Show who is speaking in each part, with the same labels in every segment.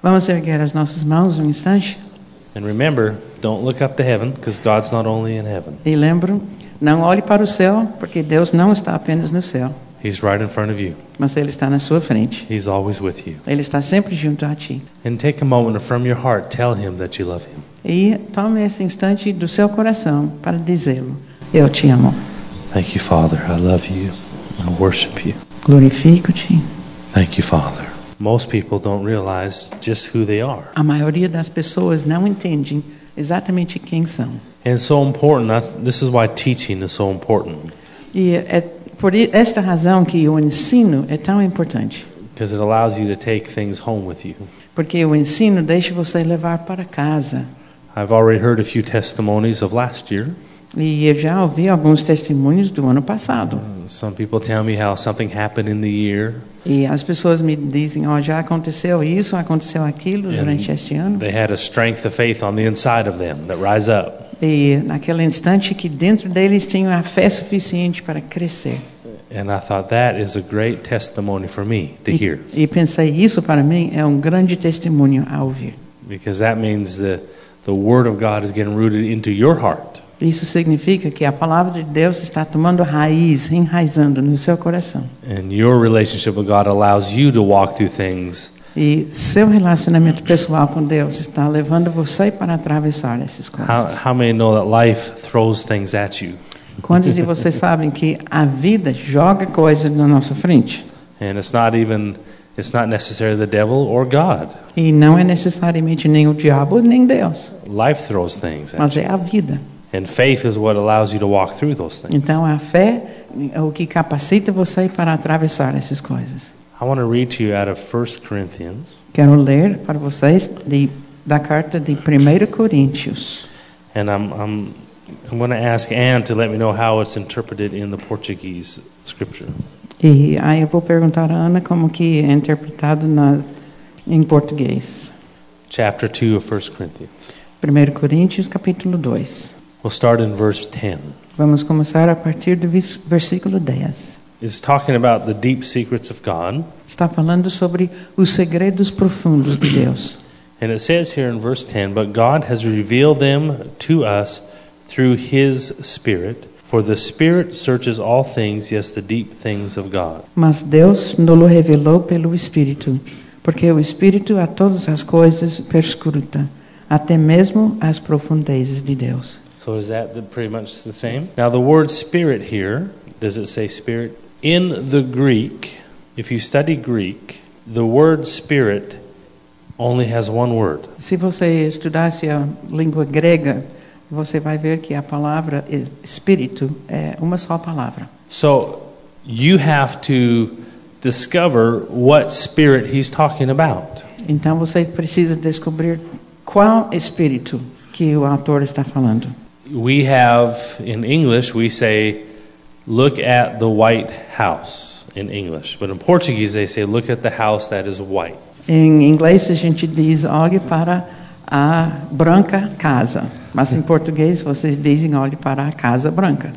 Speaker 1: Vamos erguer as nossas mãos um instante
Speaker 2: And remember, don't look up to heaven because God's not only in heaven,
Speaker 1: e lembro, não olhe para o céu, porque Deus não está apenas no céu,
Speaker 2: He's right in front of you.
Speaker 1: mas Ele está na sua frente.
Speaker 2: He's always with you.
Speaker 1: Ele está sempre junto a ti.
Speaker 2: And take a moment and from your heart tell Him that you love Him.
Speaker 1: E tome esse instante do seu coração para dizê-lo: Eu te amo.
Speaker 2: Thank you, Father. I love you. I worship you.
Speaker 1: Glorifico-te.
Speaker 2: Thank you, Father. Most people don't realize just who they are.
Speaker 1: A maioria das pessoas não entendem exatamente quem são.
Speaker 2: And it's so important. That's, this is why teaching is so important
Speaker 1: E é por i- esta razão que o ensino é tão importante,
Speaker 2: because it allows you to take things home with you.
Speaker 1: porque o ensino deixa você levar para casa.
Speaker 2: I've already heard a few testimonies of last year.
Speaker 1: E eu já ouvi alguns testemunhos do ano passado.
Speaker 2: Some people tell me how something happened in the year.
Speaker 1: E as pessoas me dizem: "Ó, já aconteceu isso, aconteceu aquilo
Speaker 2: É.
Speaker 1: durante este ano".
Speaker 2: They had a strength of faith on the inside of them that rise up.
Speaker 1: E naquele instante que dentro deles tinham a fé suficiente para crescer.
Speaker 2: And I thought that is a great testimony for me to hear
Speaker 1: E pensei, isso para mim é um grande testemunho a ouvir.
Speaker 2: because that means the, the Word of God is getting rooted into your heart.
Speaker 1: Isso significa que a palavra de Deus está tomando raiz, enraizando no seu coração.
Speaker 2: And your relationship with God allows you to walk through things
Speaker 1: E seu relacionamento pessoal com Deus está levando você para atravessar essas
Speaker 2: How,
Speaker 1: coisas.
Speaker 2: how many know that life throws things at you?
Speaker 1: Quantos de vocês sabem que a vida joga coisas na nossa frente?
Speaker 2: And it's not even, it's not necessarily the devil or God.
Speaker 1: E não é necessariamente nem o diabo nem Deus,
Speaker 2: Life throws things at
Speaker 1: mas
Speaker 2: you.
Speaker 1: é a vida.
Speaker 2: And faith is what allows you to walk through those things.
Speaker 1: Então a fé é o que capacita você para atravessar essas coisas.
Speaker 2: I want to read to you out of 1 Corinthians,
Speaker 1: Quero ler para vocês de, da carta de 1 Coríntios.
Speaker 2: and I'm, I'm, I'm going to ask Anne to let me know how it's interpreted in the Portuguese scripture.
Speaker 1: E aí eu vou perguntar a Ana como que é interpretado na, em português.
Speaker 2: Chapter 2 of 1 Corinthians.
Speaker 1: 1 Coríntios, capítulo 2.
Speaker 2: We'll start in verse 10.
Speaker 1: Vamos começar a partir do vis- versículo 10.
Speaker 2: It's talking about the deep secrets of God.
Speaker 1: Está falando sobre os segredos profundos de Deus.
Speaker 2: And it says here in verse 10 But God has revealed them to us through his Spirit, for the Spirit searches all things, yes, the deep things of God.
Speaker 1: Mas Deus nos revelou pelo Espírito, porque o Espírito a todas as coisas perscruta, até mesmo as profundezas de Deus.
Speaker 2: So is that the, pretty much the same? Now, the word Spirit here, does it say Spirit? In the Greek, if you study Greek, the word Spirit only has one word.
Speaker 1: Se você estudasse a língua grega, você vai ver que a palavra es- espírito é uma só palavra.
Speaker 2: So you have to discover what Spirit he's talking about.
Speaker 1: Então você precisa descobrir qual espírito que o autor está falando.
Speaker 2: we have in English we say look at the white house in English but in Portuguese they say look at the house that is white
Speaker 1: Em inglês a gente diz olhe para a branca casa, mas em português vocês dizem olhe para a casa branca.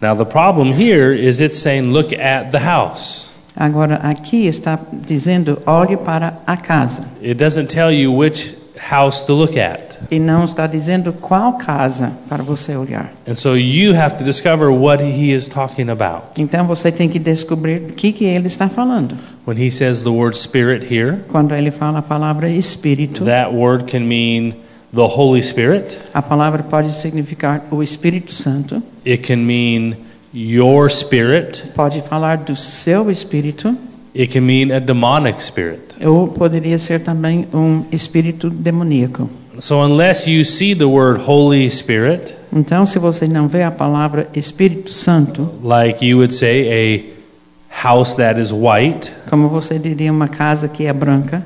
Speaker 2: now the problem here is it's saying look at the house
Speaker 1: Agora aqui está dizendo olhe para a casa
Speaker 2: it doesn't tell you which house to look at
Speaker 1: e não está dizendo qual casa para você olhar.
Speaker 2: and so you have to discover what he is talking about
Speaker 1: Então você tem que descobrir o que que ele está falando.
Speaker 2: when he says the word spirit here
Speaker 1: Quando ele fala a palavra espírito,
Speaker 2: that word can mean the holy spirit
Speaker 1: a palavra pode significar o Espírito Santo,
Speaker 2: it can mean your spirit
Speaker 1: pode falar do seu espírito,
Speaker 2: it can mean a demonic spirit
Speaker 1: ou poderia ser também um espírito demoníaco.
Speaker 2: So unless you see the word Holy Spirit,
Speaker 1: Então, se você não vê a palavra Espírito Santo,
Speaker 2: like you would say a house that is white,
Speaker 1: como você diria uma casa que é branca,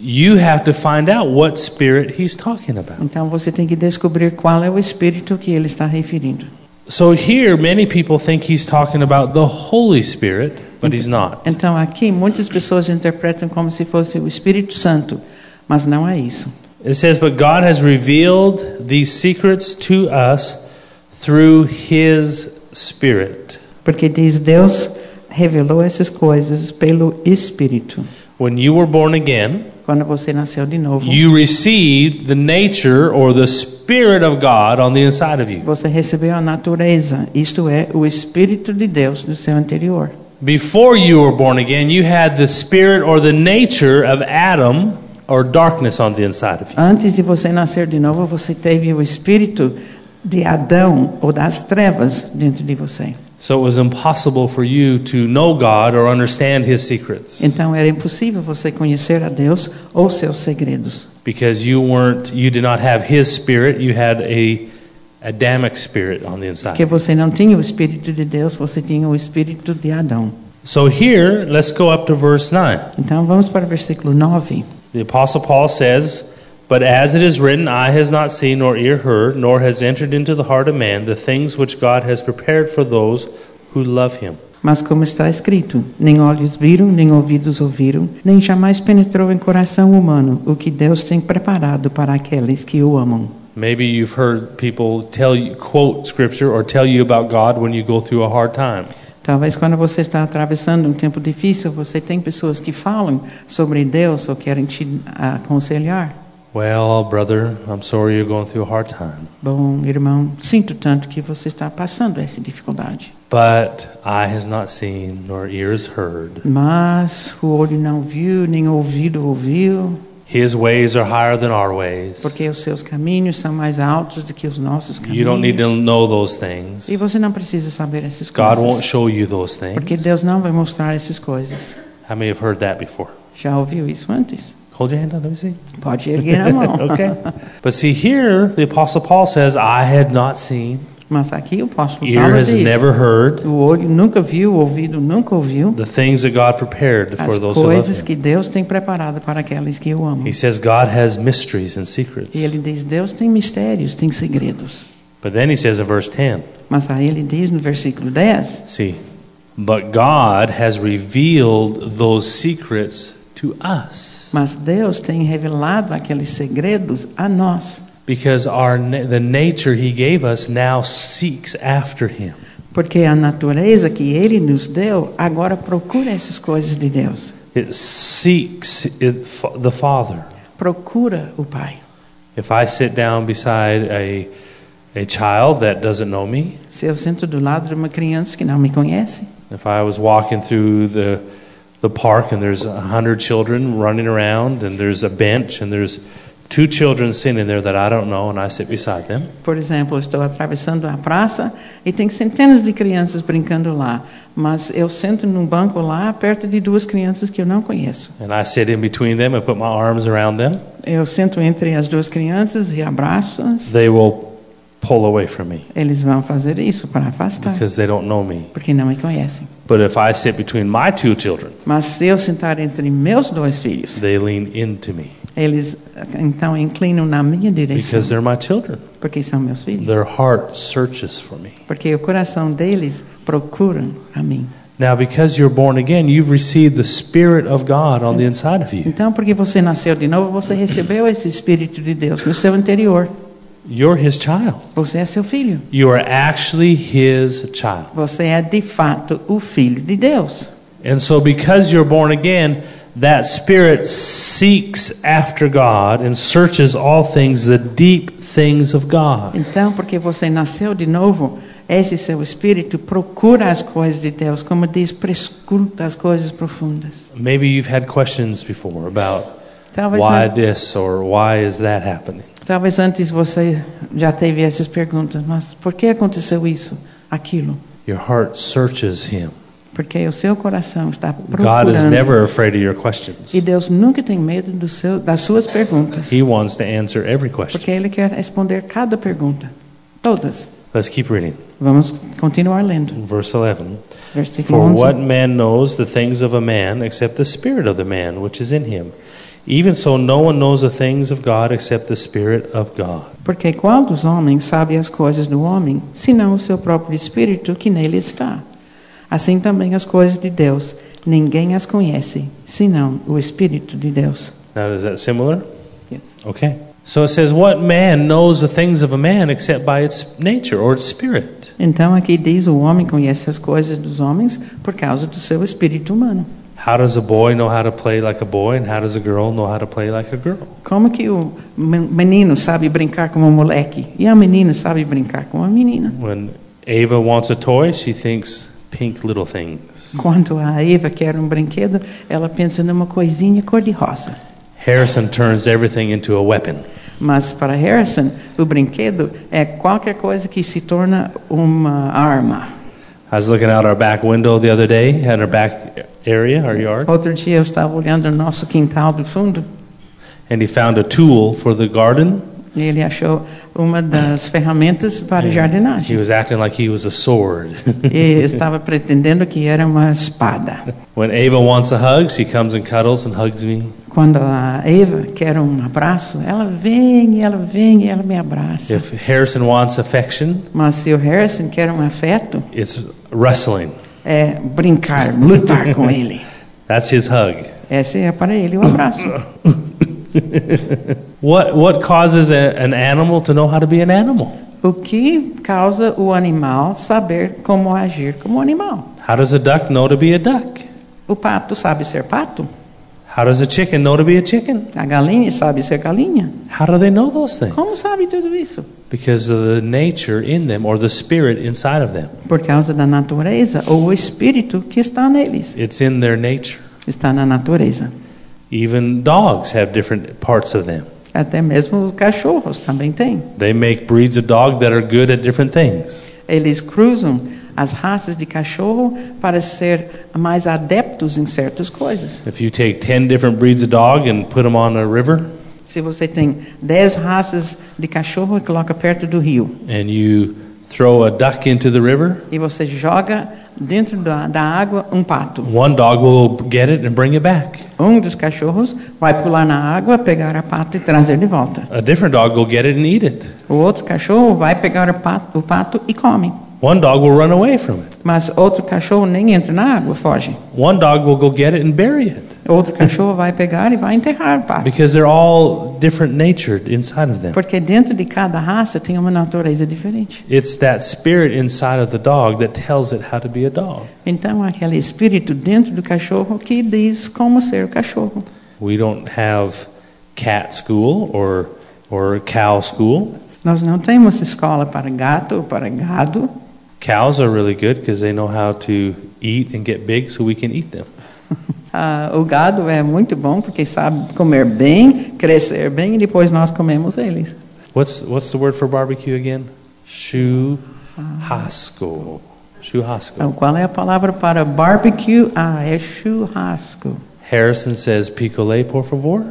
Speaker 2: you have to find out what spirit he's talking about.
Speaker 1: então você tem que descobrir qual é o espírito que ele está referindo.
Speaker 2: So here many people think he's talking about the Holy Spirit, but he's not.
Speaker 1: Então, aqui muitas pessoas interpretam como se fosse o Espírito Santo, mas não é isso.
Speaker 2: It says, "But God has revealed these secrets to us through his spirit."
Speaker 1: Porque diz Deus revelou essas coisas pelo Espírito.
Speaker 2: When you were born again,
Speaker 1: Quando você nasceu de novo,
Speaker 2: you received the nature or the Spirit of God on the inside of you.
Speaker 1: você recebeu a natureza, isto é, o Espírito de Deus no seu interior.
Speaker 2: Before you were born again, you had the Spirit or the nature of Adam or darkness on the inside of you.
Speaker 1: Antes de você nascer de novo, você teve o Espírito de Adão ou das trevas dentro de você.
Speaker 2: So it was impossible for you to know God or understand His secrets
Speaker 1: Então era impossível você conhecer a Deus ou seus segredos.
Speaker 2: because you weren't, you did not have His Spirit. You had a Adamic spirit on the inside.
Speaker 1: Porque você não tinha o Espírito de Deus, você tinha o Espírito de Adão.
Speaker 2: So here, let's go up to verse 9.
Speaker 1: Então vamos para o versículo 9.
Speaker 2: The Apostle Paul says, But as it is written, eye has not seen, nor ear heard, nor has entered into the heart of man the things which God has prepared for those who love him.
Speaker 1: Mas como está escrito, nem olhos viram, nem ouvidos ouviram, nem jamais penetrou em coração humano o que Deus tem preparado para aqueles que o amam.
Speaker 2: Maybe you've heard people tell you, quote scripture or tell you about God when you go through a hard time.
Speaker 1: Talvez quando você está atravessando um tempo difícil, você tem pessoas que falam sobre Deus ou querem te aconselhar.
Speaker 2: Well, brother, I'm sorry you're going through a hard time,
Speaker 1: Bom, irmão, sinto tanto que você está passando essa dificuldade.
Speaker 2: but eye has not seen, nor ears heard.
Speaker 1: Mas o olho não viu, nem o ouvido ouviu,
Speaker 2: His ways are higher than our ways.
Speaker 1: porque os seus caminhos são mais altos do que os nossos
Speaker 2: You don't need to
Speaker 1: caminhos.
Speaker 2: know those things.
Speaker 1: E você não precisa saber essas
Speaker 2: God won't
Speaker 1: coisas.
Speaker 2: show you those
Speaker 1: Porque
Speaker 2: things.
Speaker 1: Deus não vai mostrar essas coisas.
Speaker 2: How many have heard that before?
Speaker 1: Já ouviu isso antes?
Speaker 2: Hold your hand up, let me see.
Speaker 1: Pode erguer a mão.
Speaker 2: okay. But see, here the Apostle Paul says, I had not seen,
Speaker 1: Mas aqui o apóstolo
Speaker 2: ear
Speaker 1: Paulo
Speaker 2: has
Speaker 1: diz,
Speaker 2: never heard
Speaker 1: o olho nunca viu, o ouvido nunca ouviu,
Speaker 2: the things that God prepared for
Speaker 1: as
Speaker 2: those who love
Speaker 1: coisas
Speaker 2: Him.
Speaker 1: que Deus tem preparado para aqueles que o amam.
Speaker 2: He says God has mysteries and secrets.
Speaker 1: E ele diz, Deus tem mistérios, tem segredos.
Speaker 2: But then he says in verse 10,
Speaker 1: Mas aí ele diz no versículo 10,
Speaker 2: see, but God has revealed those secrets to us
Speaker 1: mas Deus tem revelado aqueles segredos a nós,
Speaker 2: because our na- the nature He gave us now seeks after Him.
Speaker 1: porque a natureza que ele nos deu agora procura essas coisas de Deus.
Speaker 2: It seeks it, fa- the Father.
Speaker 1: Procura o Pai.
Speaker 2: If I sit down beside a, a child that doesn't know me,
Speaker 1: Se eu sento do lado de uma criança que não me conhece,
Speaker 2: if I was walking through the, the park and there's a hundred children running around and there's a bench and there's two children sitting there that I don't know and I sit beside them,
Speaker 1: Por exemplo, eu estou atravessando a praça e tem centenas de crianças brincando lá, mas eu sento num banco lá perto de duas crianças que eu não conheço.
Speaker 2: and I sit in between them and put my arms around them,
Speaker 1: Eu sento entre as duas crianças e abraço-as.
Speaker 2: they will pull away from me
Speaker 1: Eles vão fazer isso para afastar,
Speaker 2: because they don't know me.
Speaker 1: porque não me conhecem.
Speaker 2: But if I sit between my two children,
Speaker 1: Mas se eu sentar entre meus dois filhos,
Speaker 2: they lean into me
Speaker 1: eles então inclinam na minha direção,
Speaker 2: because they're my children.
Speaker 1: porque são meus filhos.
Speaker 2: Their heart searches for me.
Speaker 1: Porque o coração deles procura a mim.
Speaker 2: Now, because you're born again, you've received the Spirit of God on the inside of you.
Speaker 1: Então, porque você nasceu de novo, você recebeu esse Espírito de Deus no seu interior.
Speaker 2: You're His child.
Speaker 1: Você é seu filho.
Speaker 2: You are actually His child.
Speaker 1: Você é de fato o filho de Deus.
Speaker 2: And so, because you're born again, that Spirit seeks after God and searches all things, the deep things of God.
Speaker 1: Então, porque você nasceu de novo, esse seu espírito procura as coisas de Deus, como diz, prescruta as coisas profundas.
Speaker 2: Maybe you've had questions before about
Speaker 1: Talvez,
Speaker 2: why
Speaker 1: an-
Speaker 2: this or why is that happening.
Speaker 1: talvez antes você já teve essas perguntas, mas por que aconteceu isso, aquilo?
Speaker 2: Your heart searches Him.
Speaker 1: Porque o seu coração está
Speaker 2: God is
Speaker 1: procurando.
Speaker 2: never afraid of your questions,
Speaker 1: E Deus nunca tem medo do seu, das suas perguntas,
Speaker 2: He wants to answer every question.
Speaker 1: porque Ele quer responder cada pergunta, todas.
Speaker 2: Let's keep reading.
Speaker 1: Vamos continuar lendo.
Speaker 2: Verse 11
Speaker 1: Versículo
Speaker 2: For
Speaker 1: 11.
Speaker 2: what man knows the things of a man except the spirit of the man which is in him? Even so, no one knows the things of God except the spirit of God.
Speaker 1: Porque qual dos homens sabe as coisas do homem, senão o seu próprio espírito que nele está? Assim também as coisas de Deus, ninguém as conhece, senão o espírito de Deus.
Speaker 2: Now, is that similar?
Speaker 1: Yes.
Speaker 2: Okay. So it says, What man knows the things of a man except by its nature or its spirit?
Speaker 1: Então aqui diz o homem conhece as coisas dos homens por causa do seu espírito humano.
Speaker 2: How does a boy know how to play like a boy, and how does a girl know how to play like a girl?
Speaker 1: Como que o men- menino sabe brincar com um moleque e a menina sabe brincar com a menina?
Speaker 2: When Ava wants a toy, she thinks pink little things.
Speaker 1: Quando a Eva quer um brinquedo, ela pensa numa coisinha cor-de-rosa.
Speaker 2: Harrison turns everything into a weapon.
Speaker 1: Mas para Harrison, o brinquedo é qualquer coisa que se torna uma arma.
Speaker 2: I was looking out our back window the other day at our back area, our yard,
Speaker 1: Outro dia eu estava olhando o nosso quintal do fundo
Speaker 2: and he found a tool for the garden.
Speaker 1: e ele achou uma das ferramentas para
Speaker 2: He
Speaker 1: jardinagem.
Speaker 2: was acting like he was a sword.
Speaker 1: E estava pretendendo que era uma espada.
Speaker 2: when Ava wants a hug, she comes and cuddles and hugs me.
Speaker 1: Quando a Eva quer um abraço, ela vem, e ela vem, e ela me abraça.
Speaker 2: If Harrison wants affection,
Speaker 1: Mas se o Harrison quer um afeto,
Speaker 2: it's wrestling.
Speaker 1: é brincar, lutar com ele.
Speaker 2: That's his hug.
Speaker 1: Esse é para ele o abraço.
Speaker 2: What, what causes a, an animal to know how to be an animal?
Speaker 1: O que causa o animal saber como agir como animal?
Speaker 2: How does a duck know to be a duck?
Speaker 1: O pato sabe ser pato,
Speaker 2: How does a chicken know to be a chicken?
Speaker 1: a galinha sabe ser galinha.
Speaker 2: How do they know those things?
Speaker 1: Como sabe tudo isso?
Speaker 2: Because of the nature in them or the spirit inside of them.
Speaker 1: Por causa da natureza ou o espírito que está neles.
Speaker 2: It's in their nature.
Speaker 1: Está na natureza.
Speaker 2: Even dogs have different parts of them.
Speaker 1: Até mesmo os cachorros também têm.
Speaker 2: They make breeds of dog that are good at different things.
Speaker 1: Eles cruzam as raças de cachorro para ser mais adeptos em certas coisas.
Speaker 2: If you take 10 different breeds of dog and put them on a river
Speaker 1: Se você tem 10 raças de cachorro e coloca perto do rio,
Speaker 2: and you throw a duck into the river,
Speaker 1: e você joga dentro da, da água um pato.
Speaker 2: one dog will get it and bring it back.
Speaker 1: Um dos cachorros vai pular na água, pegar a pato e trazer de volta.
Speaker 2: A different dog will get it and eat it.
Speaker 1: O outro cachorro vai pegar o pato, o pato e come.
Speaker 2: One dog will run away from it.
Speaker 1: Mas outro cachorro nem entra na água, foge.
Speaker 2: One dog will go get it and bury it
Speaker 1: Outro cachorro vai pegar e vai enterrar o pato.
Speaker 2: because they're all different natured inside of them.
Speaker 1: Porque dentro de cada raça tem uma natureza diferente.
Speaker 2: It's that spirit inside of the dog that tells it how to be a dog.
Speaker 1: Então, aquele espírito dentro do cachorro que diz como ser o cachorro.
Speaker 2: We don't have cat school or or cow school.
Speaker 1: Nós não temos escola para gato ou para gado.
Speaker 2: Cows are really good because they know how to eat and get big so we can eat them.
Speaker 1: Ah, o gado é muito bom porque sabe comer bem, crescer bem e depois nós comemos eles.
Speaker 2: What's what's the word for barbecue again? Shuhasko. Shuhasko.
Speaker 1: Então, qual é a palavra para barbecue? Ah, é churrasco.
Speaker 2: Harrison says picolé por favor.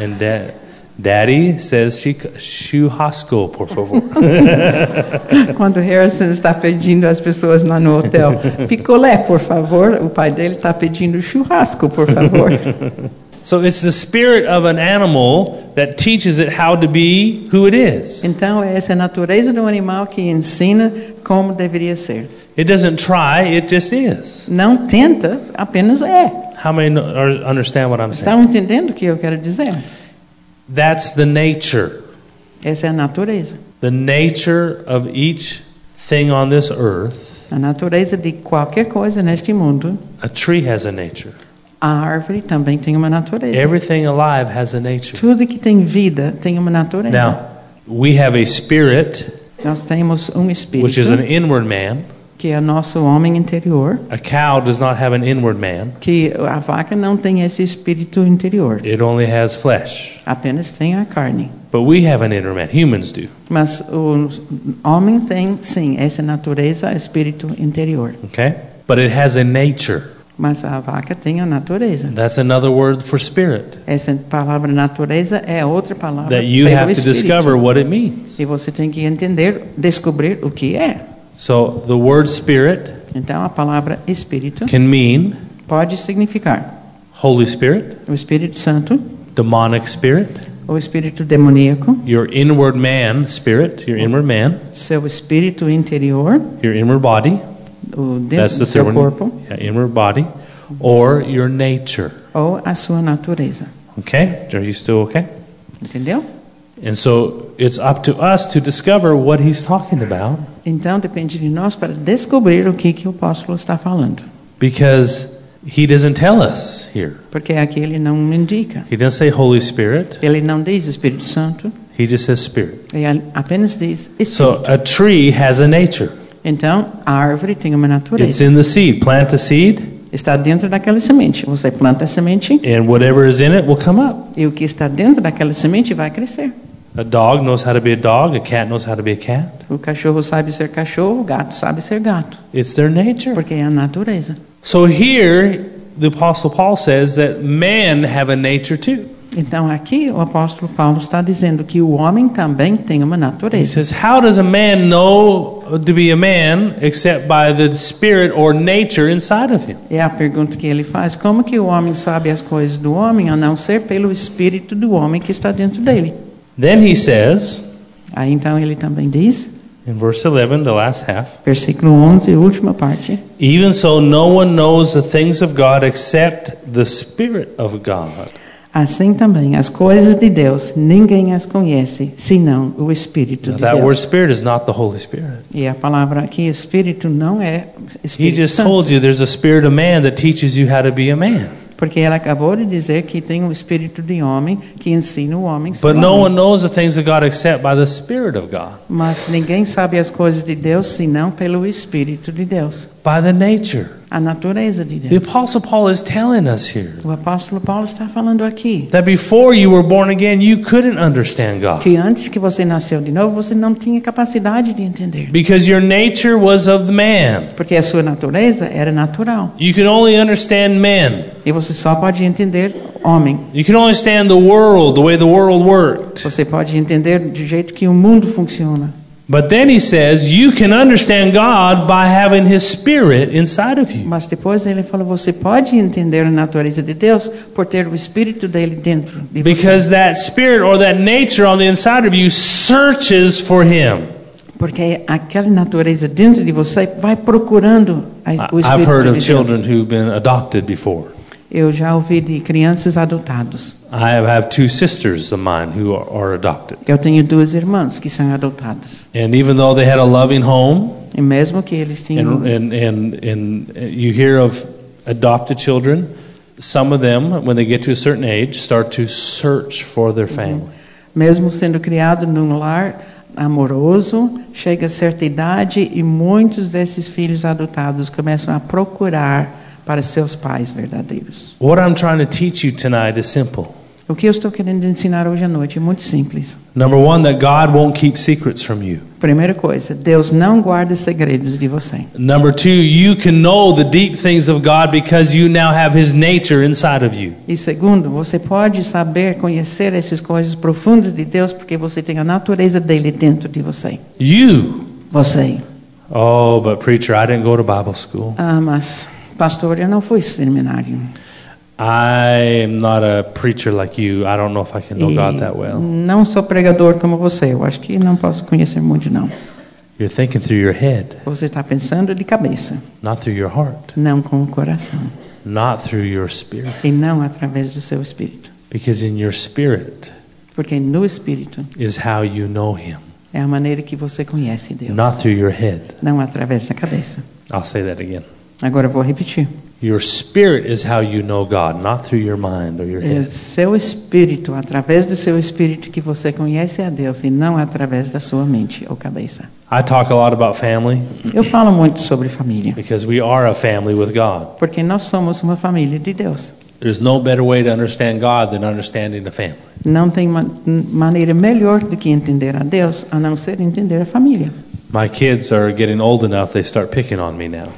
Speaker 2: And da- Daddy says she shuhasko por favor.
Speaker 1: Quando Harrison está pedindo às pessoas lá no hotel, picolé, por favor, o pai dele está pedindo churrasco, por favor.
Speaker 2: so it's the spirit of an animal that teaches it how to be who it is.
Speaker 1: Então, é essa natureza do animal que ensina como deveria ser.
Speaker 2: It doesn't try, it just is.
Speaker 1: Não tenta, apenas é.
Speaker 2: How many know, or understand what I'm saying?
Speaker 1: Estão entendendo o que eu quero dizer?
Speaker 2: That's the nature.
Speaker 1: Essa é a natureza.
Speaker 2: The nature of each thing on this earth.
Speaker 1: A natureza de qualquer coisa neste mundo
Speaker 2: A tree has a nature.
Speaker 1: A árvore também tem uma natureza.
Speaker 2: Everything alive has a nature.
Speaker 1: Tudo que tem vida tem uma natureza.
Speaker 2: Now, we have a spirit,
Speaker 1: Nós temos um
Speaker 2: which
Speaker 1: espírito,
Speaker 2: is an inward man.
Speaker 1: que é o nosso homem interior,
Speaker 2: A cow does not have an inward man,
Speaker 1: que a vaca não tem esse espírito interior,
Speaker 2: it only has flesh.
Speaker 1: apenas tem a carne.
Speaker 2: But we have an inward man. Humans do.
Speaker 1: Mas o homem tem, sim, essa natureza, espírito interior.
Speaker 2: Okay? But it has a nature.
Speaker 1: Mas a vaca tem a natureza.
Speaker 2: That's another word for spirit.
Speaker 1: Essa palavra natureza é outra palavra
Speaker 2: That you
Speaker 1: pelo
Speaker 2: have to
Speaker 1: espírito.
Speaker 2: discover what it means.
Speaker 1: E você tem que entender, descobrir o que é.
Speaker 2: So the word spirit
Speaker 1: Então a palavra espírito
Speaker 2: can mean
Speaker 1: pode significar
Speaker 2: Holy Spirit,
Speaker 1: o Espírito Santo,
Speaker 2: demonic spirit,
Speaker 1: o espírito demoníaco,
Speaker 2: your inward man spirit, your inward man,
Speaker 1: seu espírito interior,
Speaker 2: your inward body.
Speaker 1: o dentro
Speaker 2: That's the
Speaker 1: do seu
Speaker 2: third
Speaker 1: corpo,
Speaker 2: one. Yeah, inward body. Or your nature.
Speaker 1: ou a sua natureza.
Speaker 2: Okay? Are you still okay?
Speaker 1: Entendeu?
Speaker 2: And so it's up to us to discover what he's talking about
Speaker 1: Então depende de nós para descobrir o que, que o apóstolo está falando.
Speaker 2: because He doesn't tell us here.
Speaker 1: Porque aqui ele não indica.
Speaker 2: He doesn't say Holy Spirit.
Speaker 1: Ele não diz Espírito Santo,
Speaker 2: He just says Spirit.
Speaker 1: ele apenas diz Espírito.
Speaker 2: So a tree has a nature.
Speaker 1: Então, a árvore tem uma
Speaker 2: It's
Speaker 1: natureza.
Speaker 2: in the seed. Plant a seed,
Speaker 1: Está dentro daquela semente. Você planta a semente
Speaker 2: and whatever is in it will come up.
Speaker 1: e o que está dentro daquela semente vai crescer.
Speaker 2: A dog knows how to be a dog. A cat knows how to be a cat.
Speaker 1: O cachorro sabe ser cachorro, o gato sabe ser gato,
Speaker 2: It's their nature.
Speaker 1: porque é a natureza.
Speaker 2: So here, the Apostle Paul says that man have a nature too.
Speaker 1: Então, aqui o apóstolo Paulo está dizendo que o homem também tem uma
Speaker 2: He
Speaker 1: natureza.
Speaker 2: says, How does a man know to be a man except by the spirit or nature inside of him?
Speaker 1: É a pergunta que ele faz: como que o homem sabe as coisas do homem a não ser pelo espírito do homem que está dentro dele?
Speaker 2: Then he says,
Speaker 1: Aí então ele também diz,
Speaker 2: in verse 11, the last half,
Speaker 1: versículo 11, última parte:
Speaker 2: Even so, no one knows the things of God except the Spirit of God.
Speaker 1: Assim também as coisas de Deus ninguém as conhece senão o espírito
Speaker 2: Now,
Speaker 1: de
Speaker 2: that word
Speaker 1: Deus.
Speaker 2: Spirit is not the Holy Spirit.
Speaker 1: E a palavra aqui espírito não é
Speaker 2: He
Speaker 1: espírito
Speaker 2: just
Speaker 1: santo,
Speaker 2: told you there's a spirit of man that teaches you how to be a man.
Speaker 1: porque ela acabou de dizer que tem um espírito de homem que ensina o homem. a ser
Speaker 2: But no
Speaker 1: homem.
Speaker 2: one knows the things of God except by the Spirit of God,
Speaker 1: Mas ninguém sabe as coisas de Deus senão pelo espírito de Deus,
Speaker 2: by the nature.
Speaker 1: a natureza de
Speaker 2: The
Speaker 1: Deus.
Speaker 2: Apostle Paul is telling us here
Speaker 1: O apóstolo Paulo está falando aqui
Speaker 2: that before you were born again, you couldn't understand God
Speaker 1: que antes que você nasceu de novo, você não tinha capacidade de entender.
Speaker 2: because your nature was of the man.
Speaker 1: Porque a sua natureza era natural.
Speaker 2: You can only understand men.
Speaker 1: E você só pode entender homem.
Speaker 2: You can only understand the world, the way the world worked.
Speaker 1: Você pode entender do jeito que o mundo funciona.
Speaker 2: But then he says, you can understand God by having his spirit inside of you.
Speaker 1: Mas depois ele fala: você pode entender a natureza de Deus por ter o espírito dele dentro de você.
Speaker 2: Because that spirit or that nature on the inside of you searches for him.
Speaker 1: Porque aquela natureza dentro de você vai procurando a, o
Speaker 2: I've
Speaker 1: espírito
Speaker 2: heard
Speaker 1: de
Speaker 2: of
Speaker 1: Deus.
Speaker 2: children who've been adopted before.
Speaker 1: Eu já ouvi de crianças adotados.
Speaker 2: I have- I have two sisters of mine who are, are adopted.
Speaker 1: Eu tenho duas irmãs que são adotadas.
Speaker 2: And even though they had a loving home,
Speaker 1: E mesmo que eles tinham
Speaker 2: and, and, and, and you hear of adopted children, some of them, when they get to a certain age, start to search for their family.
Speaker 1: Mesmo sendo criado num lar amoroso, chega a certa idade e muitos desses filhos adotados começam a procurar para seus pais verdadeiros.
Speaker 2: What I'm trying to teach you tonight is simple.
Speaker 1: O que eu estou querendo ensinar hoje à noite é muito simples.
Speaker 2: Number one, that God won't keep secrets from you.
Speaker 1: Primeira coisa, Deus não guarda segredos de você.
Speaker 2: Number two, you can know the deep things of God because you now have His nature inside of you.
Speaker 1: E segundo, você pode saber, conhecer essas coisas profundas de Deus porque você tem a natureza dele dentro de você.
Speaker 2: You.
Speaker 1: Você.
Speaker 2: Oh, but preacher, I didn't go to Bible school.
Speaker 1: Ah, mas, pastor, eu não fui seminário.
Speaker 2: I am not a preacher like you. I don't know if I can know
Speaker 1: E
Speaker 2: God that well.
Speaker 1: Não sou pregador como você. Eu acho que não posso conhecer muito, não.
Speaker 2: You're thinking through your head,
Speaker 1: Você está pensando de cabeça,
Speaker 2: not through your heart,
Speaker 1: não com o coração.
Speaker 2: not through your spirit.
Speaker 1: E não através do seu espírito.
Speaker 2: Because in your spirit
Speaker 1: Porque no espírito
Speaker 2: is how you know Him,
Speaker 1: é a maneira que você conhece Deus.
Speaker 2: not through your head.
Speaker 1: Não através da cabeça.
Speaker 2: I'll say that again.
Speaker 1: Agora eu vou repetir.
Speaker 2: Your spirit is how you know God, not through your mind or your
Speaker 1: É
Speaker 2: head.
Speaker 1: seu espírito, através do seu espírito que você conhece a Deus e não através da sua mente ou cabeça.
Speaker 2: I talk a lot about family
Speaker 1: Eu falo muito sobre família,
Speaker 2: because we are a family with God.
Speaker 1: porque nós somos uma família de Deus.
Speaker 2: There's no better way to understand God than understanding the family.
Speaker 1: Não tem ma maneira melhor do que entender a Deus, a não ser entender a família.
Speaker 2: My kids are getting old enough, they start picking on me now.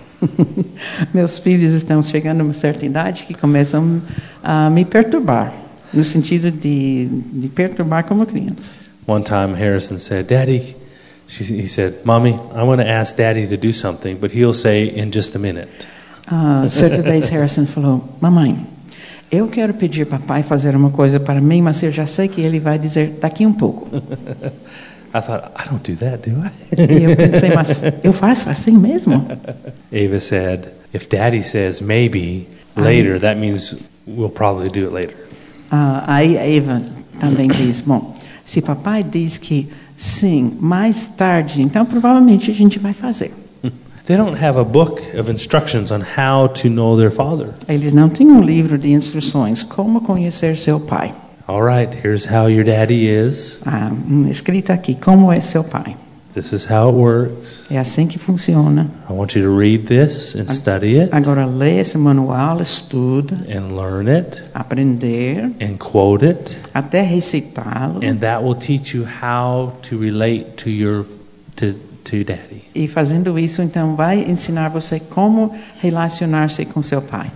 Speaker 1: Meus filhos estão chegando a uma certa idade que começam a me perturbar, no sentido de, de perturbar como criança.
Speaker 2: One time, Harrison said, Daddy, she, he said, Mommy, I want to ask Daddy to do something, but he'll say in just a minute.
Speaker 1: Ah, certa vez Harrison falou: Mamãe, eu quero pedir papai fazer uma coisa para mim, mas eu já sei que ele vai dizer daqui um pouco.
Speaker 2: I thought, I don't do that, do I?
Speaker 1: E eu pensei: Mas eu faço assim mesmo?
Speaker 2: Ava said, If Daddy says maybe later, that means we'll probably do it later.
Speaker 1: Ah, aí a Eva também diz: Bom, se papai diz que sim, mais tarde, então provavelmente a gente vai fazer.
Speaker 2: They don't have a book of instructions on how to know their Father.
Speaker 1: Eles não tinham um livro de instruções como conhecer seu pai.
Speaker 2: All right, here's how your daddy is.
Speaker 1: Ah, hum, escrita aqui, como é seu pai.
Speaker 2: This is how it works.
Speaker 1: É assim que funciona.
Speaker 2: I want you to read this and study it
Speaker 1: Agora lê esse manual, estuda,
Speaker 2: and learn it
Speaker 1: aprender,
Speaker 2: and quote it,
Speaker 1: até recitá-lo
Speaker 2: and that will teach you how to relate to your to to daddy.
Speaker 1: e fazendo isso então vai ensinar você como relacionar-se com seu pai.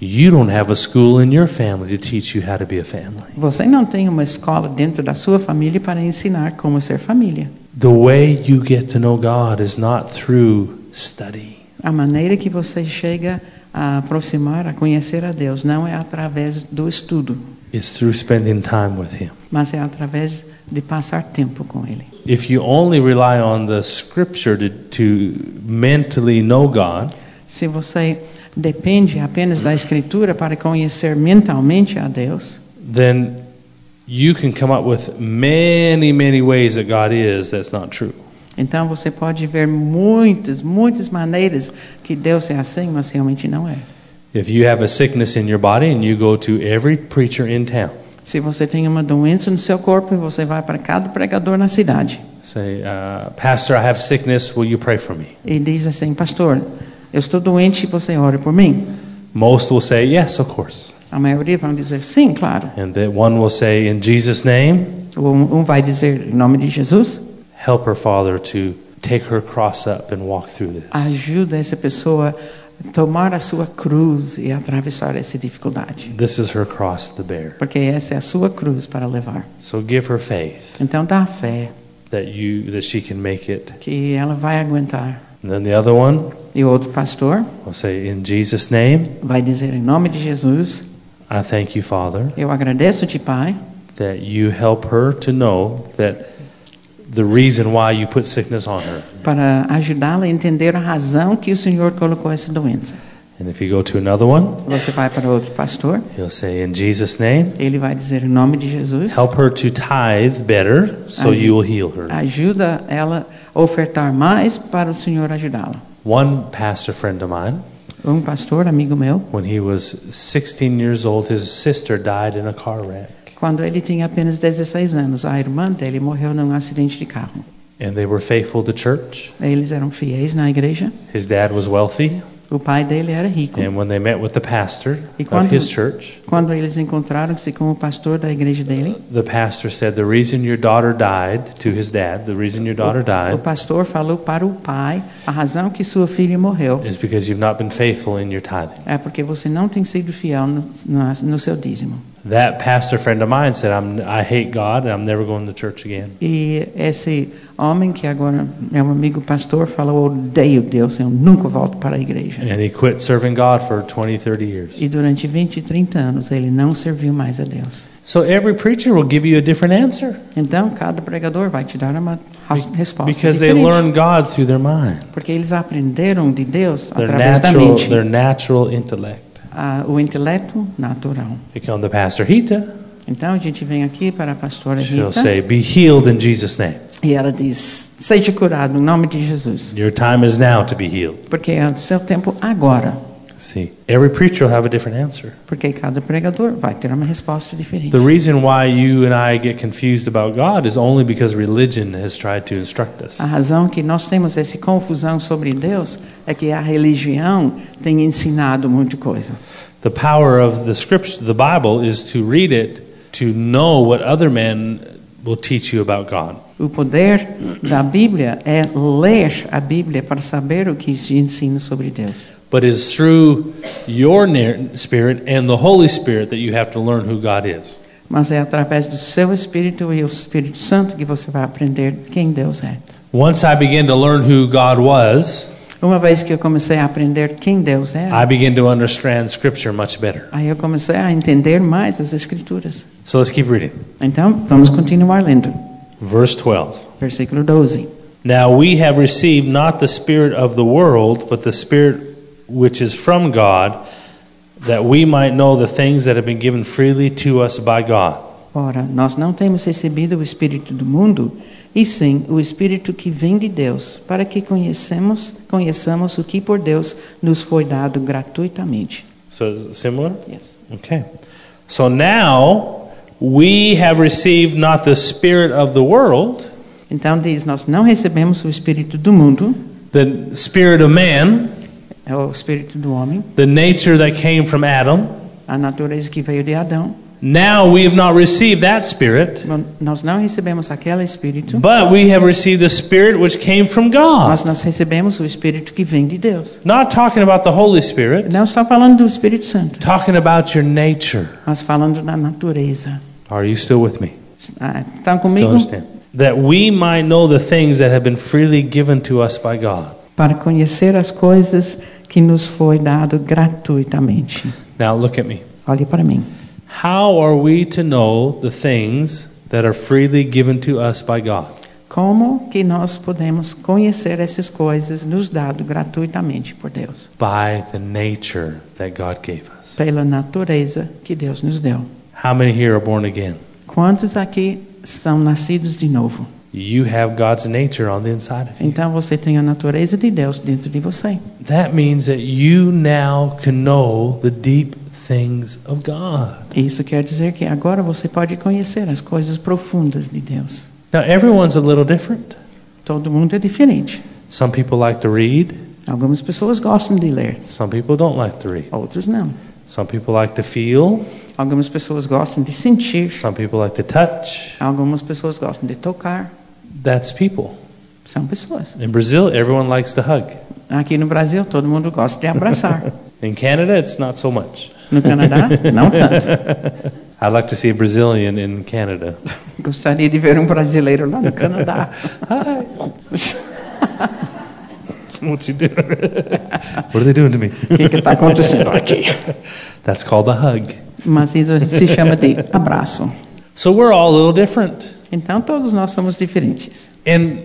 Speaker 2: You don't have a school in your family to teach you how to be a family.
Speaker 1: Você não tem uma escola dentro da sua família para ensinar como ser família.
Speaker 2: The way you get to know God is not through study.
Speaker 1: A maneira que você chega a aproximar, a conhecer a Deus, não é através do estudo,
Speaker 2: It's through spending time with him.
Speaker 1: mas é através de passar tempo com Ele.
Speaker 2: If you only rely on the scripture to, to mentally know God,
Speaker 1: Se você depende apenas da Escritura para conhecer mentalmente a Deus,
Speaker 2: then you can come up with many, many ways that God is that's not true.
Speaker 1: então você pode ver muitas, muitas maneiras que Deus é assim, mas realmente não é.
Speaker 2: If you have a sickness in your body and you go to every preacher in town,
Speaker 1: Se você tem uma doença no seu corpo, você vai para cada pregador na cidade
Speaker 2: say, uh, Pastor, I have sickness, will you pray for me?
Speaker 1: e diz assim: Pastor, eu estou doente, você ore por mim.
Speaker 2: Most will say, Yes, of course.
Speaker 1: A maioria vão dizer sim, claro.
Speaker 2: And that one will say, In Jesus' name,
Speaker 1: Um um vai dizer em nome de Jesus.
Speaker 2: help her father to take her cross up and walk through this.
Speaker 1: Ajuda essa pessoa a tomar a sua cruz e atravessar essa dificuldade,
Speaker 2: This is her cross to bear.
Speaker 1: porque essa é a sua cruz para levar.
Speaker 2: So give her faith
Speaker 1: Então dá fé
Speaker 2: that you that she can make it.
Speaker 1: que ela vai aguentar.
Speaker 2: And then the other one
Speaker 1: E o outro pastor
Speaker 2: will say, In Jesus' name,
Speaker 1: vai dizer em nome de Jesus:
Speaker 2: I thank you, Father.
Speaker 1: Eu agradeço-te, Pai,
Speaker 2: that you help her to know that the reason why you put sickness on her.
Speaker 1: para ajudá-la a entender a razão que o Senhor colocou essa doença.
Speaker 2: And if you go to another one,
Speaker 1: Você vai para outro pastor,
Speaker 2: he'll say, In Jesus' name,
Speaker 1: ele vai dizer em nome de Jesus,
Speaker 2: help her to tithe better so you will heal her.
Speaker 1: ajuda ela a ofertar mais para o Senhor ajudá-la.
Speaker 2: One pastor friend of mine,
Speaker 1: Um pastor, amigo meu,
Speaker 2: when he was 16 years old, his sister died in a car wreck.
Speaker 1: quando ele tinha apenas 16 anos, a irmã dele morreu num acidente de carro.
Speaker 2: And they were faithful to church.
Speaker 1: Eles eram fiéis na igreja,
Speaker 2: His dad was wealthy.
Speaker 1: o pai dele era rico.
Speaker 2: And when they met with the pastor
Speaker 1: E
Speaker 2: of
Speaker 1: quando-
Speaker 2: his church,
Speaker 1: Quando eles encontraram-se com o pastor da igreja dele,
Speaker 2: the pastor said, The reason your daughter died, to his dad, the reason your daughter died
Speaker 1: o pastor falou para o pai a razão que sua filha morreu
Speaker 2: is because you've not been faithful in your tithing.
Speaker 1: é porque você não tem sido fiel no, na- no seu dízimo.
Speaker 2: That pastor friend of mine said, I'm, I hate God and I'm never going to church again.
Speaker 1: E esse homem que agora é um amigo pastor falou: "Eu odeio Deus, eu nunca volto para a igreja.
Speaker 2: And he quit serving God for 20, 30 years.
Speaker 1: E durante 20, 30 anos ele não serviu mais a Deus.
Speaker 2: So every preacher will give you a different answer
Speaker 1: Então cada pregador vai te dar uma ras- resposta
Speaker 2: because they
Speaker 1: diferente,
Speaker 2: learn God through their mind,
Speaker 1: porque eles aprenderam de Deus
Speaker 2: their
Speaker 1: através da
Speaker 2: natural,
Speaker 1: mente,
Speaker 2: their natural intellect.
Speaker 1: ah, o intelecto natural.
Speaker 2: Become the pastor Hita.
Speaker 1: Então a gente vem aqui para a pastora
Speaker 2: She'll
Speaker 1: Rita
Speaker 2: say, Be healed in Jesus' name.
Speaker 1: e ela diz: "Seja curado em nome de Jesus",
Speaker 2: Your time is now to be healed.
Speaker 1: porque é o seu tempo agora.
Speaker 2: See, every preacher will have a different answer.
Speaker 1: Porque cada pregador vai ter uma resposta diferente.
Speaker 2: The reason why you and I get confused about God is only because religion has tried to instruct us.
Speaker 1: A razão que nós temos essa confusão sobre Deus é que a religião tem ensinado muita coisa.
Speaker 2: The power of the scripture, the Bible, is to read it to know what other men will teach you about God.
Speaker 1: O poder da Bíblia é ler a Bíblia para saber o que se ensina sobre Deus.
Speaker 2: But it's through your nar- spirit and the Holy Spirit that you have to learn who God is.
Speaker 1: Mas é através do seu Espírito e o Espírito Santo que você vai aprender quem Deus é.
Speaker 2: Once I began to learn who God was,
Speaker 1: Uma vez que eu comecei a aprender quem Deus é,
Speaker 2: I began to understand Scripture much better.
Speaker 1: aí eu comecei a entender mais as Escrituras.
Speaker 2: So let's keep reading.
Speaker 1: Então, vamos continuar lendo.
Speaker 2: Verse 12.
Speaker 1: Versículo 12.
Speaker 2: Now we have received not the Spirit of the world, but the Spirit which is from God, that we might know the things that have been given freely to us by God.
Speaker 1: Ora, nós não temos recebido o Espírito do mundo, e sim o Espírito que vem de Deus, para que conhecemos, conheçamos o que por Deus nos foi dado gratuitamente.
Speaker 2: So is it similar? Okay. So now we have received not the spirit of the world,
Speaker 1: Então diz, nós não recebemos o Espírito do mundo,
Speaker 2: the spirit of man,
Speaker 1: é o Espírito do homem,
Speaker 2: the nature that came from Adam.
Speaker 1: a natureza que veio de Adão.
Speaker 2: Now we have not received that spirit,
Speaker 1: Bom, Nós não recebemos aquele Espírito,
Speaker 2: but we have received the spirit which came from God.
Speaker 1: mas nós recebemos o Espírito que vem de Deus.
Speaker 2: Not talking about the Holy Spirit,
Speaker 1: Não está falando do Espírito Santo,
Speaker 2: talking about your nature.
Speaker 1: mas falando da natureza.
Speaker 2: Are you still with me?
Speaker 1: Ah, Estão
Speaker 2: Still
Speaker 1: comigo?
Speaker 2: understand. That we might know the things that have been freely given to us by God.
Speaker 1: Para conhecer as coisas que nos foi dado gratuitamente.
Speaker 2: Now look at me.
Speaker 1: Olhe para mim.
Speaker 2: How are we to know the things that are freely given to us by God?
Speaker 1: Como que nós podemos conhecer essas coisas nos dado gratuitamente por Deus?
Speaker 2: By the nature that God gave us.
Speaker 1: Pela natureza que Deus nos deu.
Speaker 2: How many here are born again?
Speaker 1: Quantos aqui são nascidos de novo?
Speaker 2: You have God's nature on the inside of you.
Speaker 1: Então você tem a natureza de Deus dentro de você.
Speaker 2: That means that you now can know the deep things of God.
Speaker 1: Isso quer dizer que agora você pode conhecer as coisas profundas de Deus.
Speaker 2: Now, everyone's a little different.
Speaker 1: Todo mundo é diferente.
Speaker 2: Some people like to read,
Speaker 1: Algumas pessoas gostam de ler,
Speaker 2: some people don't like to read.
Speaker 1: outros não.
Speaker 2: Some people like to feel,
Speaker 1: Algumas pessoas gostam de sentir,
Speaker 2: some people like to touch.
Speaker 1: Então, algumas pessoas gostam de tocar.
Speaker 2: That's people.
Speaker 1: São pessoas.
Speaker 2: In Brazil, everyone likes to hug.
Speaker 1: Aqui no Brasil, todo mundo gosta de abraçar.
Speaker 2: In Canada, it's not so much.
Speaker 1: No Canadá, não tanto.
Speaker 2: I'd like to see a Brazilian in Canada.
Speaker 1: Gostaria de ver um brasileiro lá no Canadá.
Speaker 2: Hi. what you doing? what are they doing to me?
Speaker 1: O que está acontecendo aqui?
Speaker 2: That's called a hug.
Speaker 1: Mas isso se chama de abraço.
Speaker 2: So we're all a little different.
Speaker 1: Então, todos nós somos diferentes.
Speaker 2: And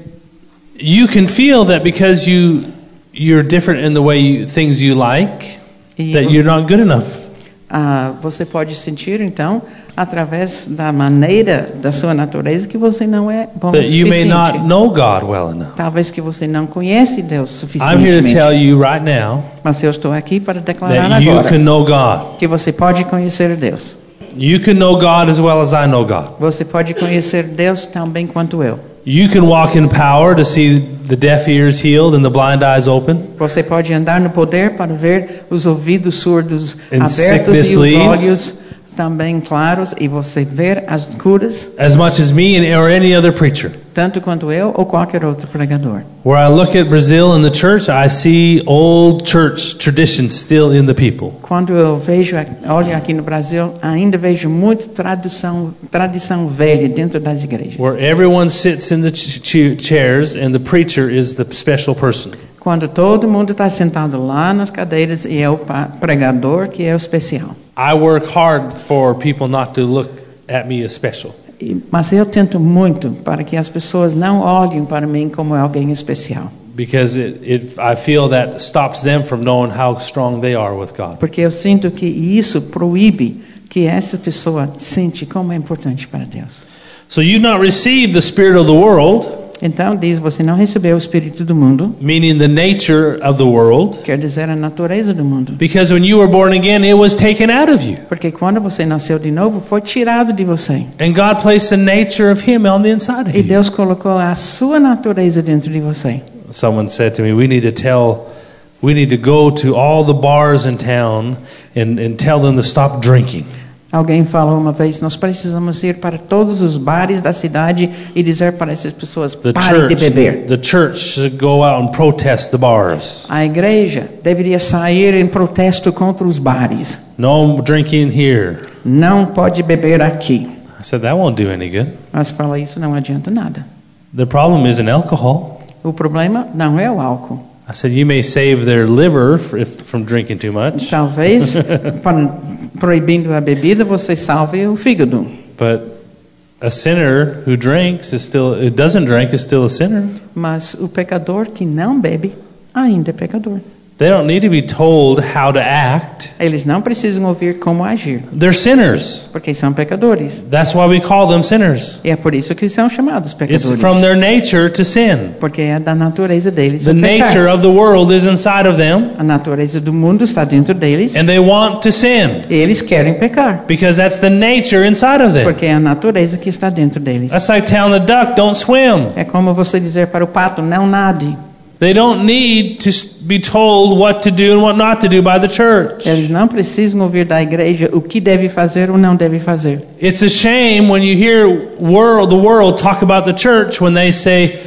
Speaker 2: you can feel that because you you're different in the way you, things you like,
Speaker 1: E
Speaker 2: that you're not good enough.
Speaker 1: ah, você pode sentir, então, através da maneira da sua natureza, que você não é bom o
Speaker 2: That you may not
Speaker 1: suficiente.
Speaker 2: know God well enough.
Speaker 1: Talvez que você não conhece Deus
Speaker 2: I'm here to
Speaker 1: suficientemente.
Speaker 2: tell you right now
Speaker 1: Mas eu estou aqui para declarar
Speaker 2: that you
Speaker 1: agora
Speaker 2: can know God.
Speaker 1: que você pode conhecer Deus.
Speaker 2: You can know God as well as I know God.
Speaker 1: Você pode conhecer Deus tão bem quanto eu.
Speaker 2: You can walk in power to see the deaf ears healed and the blind eyes open.
Speaker 1: Você pode andar no poder para ver os ouvidos surdos
Speaker 2: And
Speaker 1: abertos
Speaker 2: sickness
Speaker 1: e os
Speaker 2: leave.
Speaker 1: olhos também claros e você ver as curas
Speaker 2: as much as me and, or any other preacher.
Speaker 1: tanto quanto eu ou qualquer outro pregador.
Speaker 2: Where I look at Brazil and the church, I see old church traditions still in the people.
Speaker 1: Quando eu vejo, olho aqui no Brasil, ainda vejo muito tradição, tradição velha dentro das igrejas.
Speaker 2: Where everyone sits in the ch- ch- chairs and the preacher is the special person.
Speaker 1: Quando todo mundo está sentado lá nas cadeiras e é o pa- pregador que é o especial.
Speaker 2: I work hard for people not to look at me as special.
Speaker 1: E- Mas eu tento muito para que as pessoas não olhem para mim como alguém especial.
Speaker 2: Because it, it, I feel that stops them from knowing how strong they are with God.
Speaker 1: Porque eu sinto que isso proíbe que essa pessoa sente como é importante para Deus.
Speaker 2: So you've not received the spirit of the world,
Speaker 1: Então diz, você não recebeu o espírito do mundo,
Speaker 2: meaning the nature of the world,
Speaker 1: quer dizer a natureza do mundo.
Speaker 2: because when you were born again, it was taken out of you.
Speaker 1: Porque quando você nasceu de novo, foi tirado de você.
Speaker 2: And God placed the nature of Him on the inside of
Speaker 1: E
Speaker 2: you.
Speaker 1: Deus colocou a sua natureza dentro de você.
Speaker 2: Someone said to me, "We need to tell, we need to go to all the bars in town and, and tell them to stop drinking."
Speaker 1: Alguém falou uma vez, nós precisamos ir para todos os bares da cidade e dizer para essas pessoas,
Speaker 2: The
Speaker 1: parem de
Speaker 2: church,
Speaker 1: beber.
Speaker 2: the church should go out and protest the bars.
Speaker 1: A igreja deveria sair em protesto contra os bares.
Speaker 2: No drinking here.
Speaker 1: Não pode beber aqui.
Speaker 2: I said that won't do any good.
Speaker 1: Mas fala isso não adianta nada.
Speaker 2: The problem isn't alcohol.
Speaker 1: O problema não é o álcool.
Speaker 2: I said you may save their liver f- if, from drinking too much,
Speaker 1: Talvez pa- proibindo a bebida você salve o fígado.
Speaker 2: but a sinner who drinks is still, who doesn't drink is still a sinner.
Speaker 1: Mas o pecador que não bebe ainda é pecador.
Speaker 2: They don't need to be told how to act.
Speaker 1: Eles não precisam ouvir como agir,
Speaker 2: They're sinners.
Speaker 1: porque são pecadores.
Speaker 2: That's why we call them sinners.
Speaker 1: E é por isso que são chamados
Speaker 2: It's
Speaker 1: pecadores.
Speaker 2: from their nature to sin.
Speaker 1: Porque é da natureza deles
Speaker 2: The
Speaker 1: o
Speaker 2: nature
Speaker 1: pecar.
Speaker 2: of the world is inside of them,
Speaker 1: A natureza do mundo está dentro deles.
Speaker 2: and they want to sin
Speaker 1: E eles querem pecar,
Speaker 2: because that's the nature inside of them.
Speaker 1: porque é a natureza que está dentro deles.
Speaker 2: That's like telling the duck, don't swim.
Speaker 1: É como você dizer para o pato, não nade.
Speaker 2: They don't need to s- be told what to do and what not to do by the church.
Speaker 1: Eles não precisam ouvir da igreja o que deve fazer ou não deve fazer.
Speaker 2: It's a shame when you hear world, the world talk about the church when they say,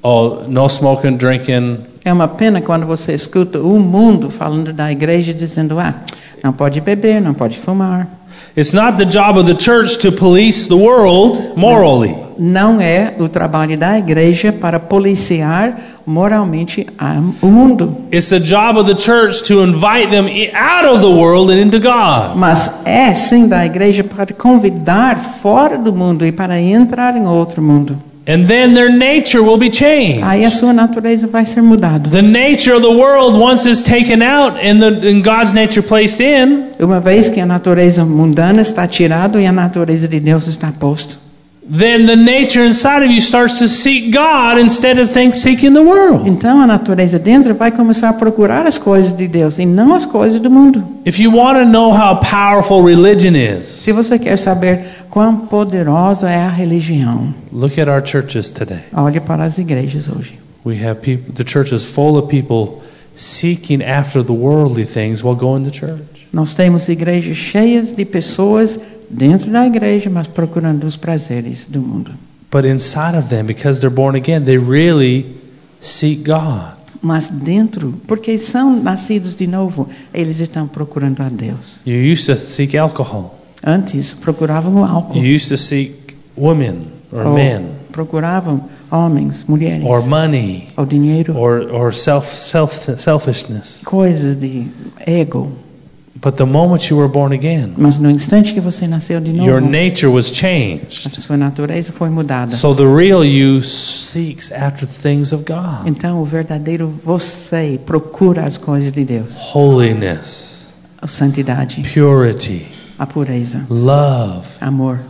Speaker 2: oh, no smoking, drinking,
Speaker 1: É uma pena quando você escuta o mundo falando da igreja dizendo, ah, não pode beber, não pode fumar.
Speaker 2: It's not the job of the church to police the world morally.
Speaker 1: Não é o trabalho da igreja para policiar moralmente a- o mundo,
Speaker 2: It's the job of the church to invite them i- out of the world and into God.
Speaker 1: mas é sim da igreja para convidar fora do mundo e para entrar em outro mundo.
Speaker 2: And then their nature will be changed.
Speaker 1: Aí a sua natureza vai ser mudada.
Speaker 2: The nature of the world, once is taken out and, the, and God's nature placed in,
Speaker 1: Uma vez que a natureza mundana está tirada e a natureza de Deus está posta,
Speaker 2: then the nature inside of you starts to seek God instead of think, seeking the world.
Speaker 1: então a natureza dentro vai começar a procurar as coisas de Deus e não as coisas do mundo.
Speaker 2: If you want to know how powerful religion is,
Speaker 1: Se você quer saber quão poderosa é a religião,
Speaker 2: look at our churches today.
Speaker 1: olhe para as igrejas hoje.
Speaker 2: We have people, the church is full of people seeking after the worldly things while going to church.
Speaker 1: Nós temos igrejas cheias de pessoas dentro da igreja, mas procurando os prazeres do mundo.
Speaker 2: But inside of them, because they're born again, they really seek God.
Speaker 1: Mas dentro, porque são nascidos de novo, eles estão procurando a Deus.
Speaker 2: You used to seek alcohol,
Speaker 1: Antes procuravam o álcool.
Speaker 2: you used to seek women or
Speaker 1: Ou
Speaker 2: men
Speaker 1: procuravam homens, mulheres,
Speaker 2: or money
Speaker 1: ou dinheiro,
Speaker 2: or, or self, self, selfishness.
Speaker 1: coisas de ego.
Speaker 2: But the moment you were born again,
Speaker 1: Mas no instante que você nasceu de novo,
Speaker 2: your nature was
Speaker 1: a
Speaker 2: changed.
Speaker 1: sua natureza foi mudada.
Speaker 2: So the real you seeks after things of God
Speaker 1: Então o verdadeiro você procura as coisas de Deus,
Speaker 2: holiness,
Speaker 1: a santidade,
Speaker 2: purity,
Speaker 1: a pureza,
Speaker 2: love.
Speaker 1: amor.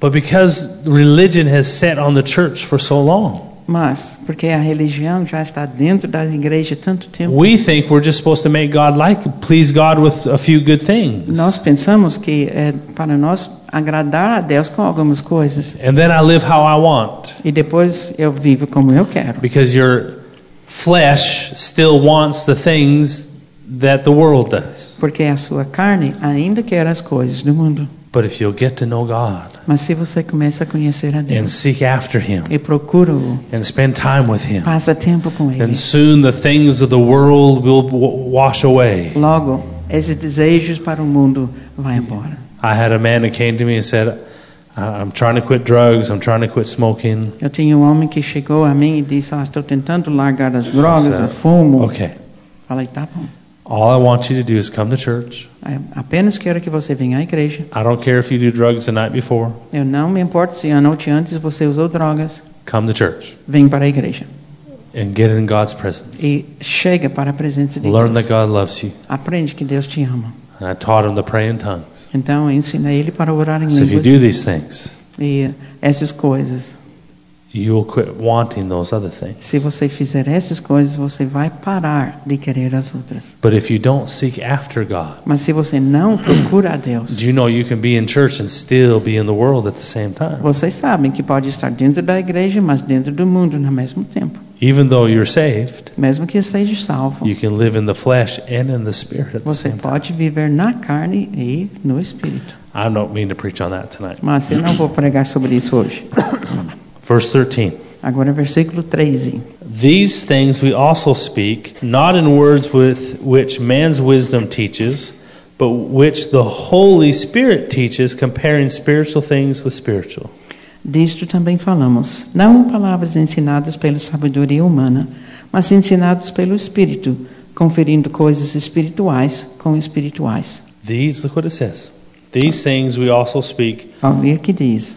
Speaker 2: But because religion has sat on the church for so long,
Speaker 1: Mas porque a religião já está dentro das igrejas há tanto tempo,
Speaker 2: we think we're just supposed to make God like, please God with a few good things.
Speaker 1: nós pensamos que é para nós agradar a Deus com algumas coisas
Speaker 2: And then I live how I want.
Speaker 1: e depois eu vivo como eu quero.
Speaker 2: Because your flesh still wants the things that the world does.
Speaker 1: Porque a sua carne ainda quer as coisas do mundo.
Speaker 2: But if you'll get to know God
Speaker 1: Mas se você começa a conhecer a
Speaker 2: and
Speaker 1: Deus
Speaker 2: seek after Him
Speaker 1: e procura-o,
Speaker 2: and spend time with Him,
Speaker 1: passa tempo com Ele,
Speaker 2: then soon the things of the world will w- wash away.
Speaker 1: logo esses desejos para o mundo vão
Speaker 2: Uhum.
Speaker 1: embora.
Speaker 2: I had a man that came to me and said, "I- I'm trying to quit drugs, I'm trying to quit smoking.
Speaker 1: Eu tinha um homem que chegou a mim e disse: ah, Estou tentando largar as drogas, o
Speaker 2: Certo.
Speaker 1: fumo.
Speaker 2: Okay.
Speaker 1: Falei: Tá bom.
Speaker 2: All I want you to do is come to church.
Speaker 1: Eu apenas quero que você venha à igreja.
Speaker 2: I don't care if you do drugs the night before.
Speaker 1: Eu não me importo se a noite antes você usou drogas.
Speaker 2: Come to church
Speaker 1: Vem para a igreja.
Speaker 2: and get in God's presence.
Speaker 1: E chega para a presença de
Speaker 2: Learn that
Speaker 1: Deus.
Speaker 2: God loves you.
Speaker 1: Aprende que Deus te ama.
Speaker 2: And I taught him to pray in tongues.
Speaker 1: Então, eu ensinei ele para orar em
Speaker 2: So if you do
Speaker 1: línguas
Speaker 2: these things,
Speaker 1: e essas coisas.
Speaker 2: you will quit wanting those other things.
Speaker 1: Se você fizer essas coisas, você vai parar de querer as outras.
Speaker 2: But if you don't seek after God,
Speaker 1: Mas se você não procura a Deus,
Speaker 2: do you know you can be in church and still be in the world at the same time?
Speaker 1: vocês sabem que pode estar dentro da igreja, mas dentro do mundo no mesmo tempo.
Speaker 2: Even though you're saved,
Speaker 1: Mesmo que esteja salvo,
Speaker 2: you can live in the flesh and in the spirit at the
Speaker 1: você
Speaker 2: same time.
Speaker 1: pode viver na carne e no espírito.
Speaker 2: I don't mean to preach on that tonight.
Speaker 1: Mas eu não vou pregar sobre isso hoje.
Speaker 2: Verse 13.
Speaker 1: Agora, versículo 13.
Speaker 2: These things we also speak, not in words with which man's wisdom teaches, but which the Holy Spirit teaches, comparing spiritual things with spiritual.
Speaker 1: Disto também falamos, não em palavras ensinadas pela sabedoria humana, mas ensinadas pelo Espírito, conferindo coisas espirituais com espirituais.
Speaker 2: These, look what it says. These things we also speak,
Speaker 1: Olha o que diz.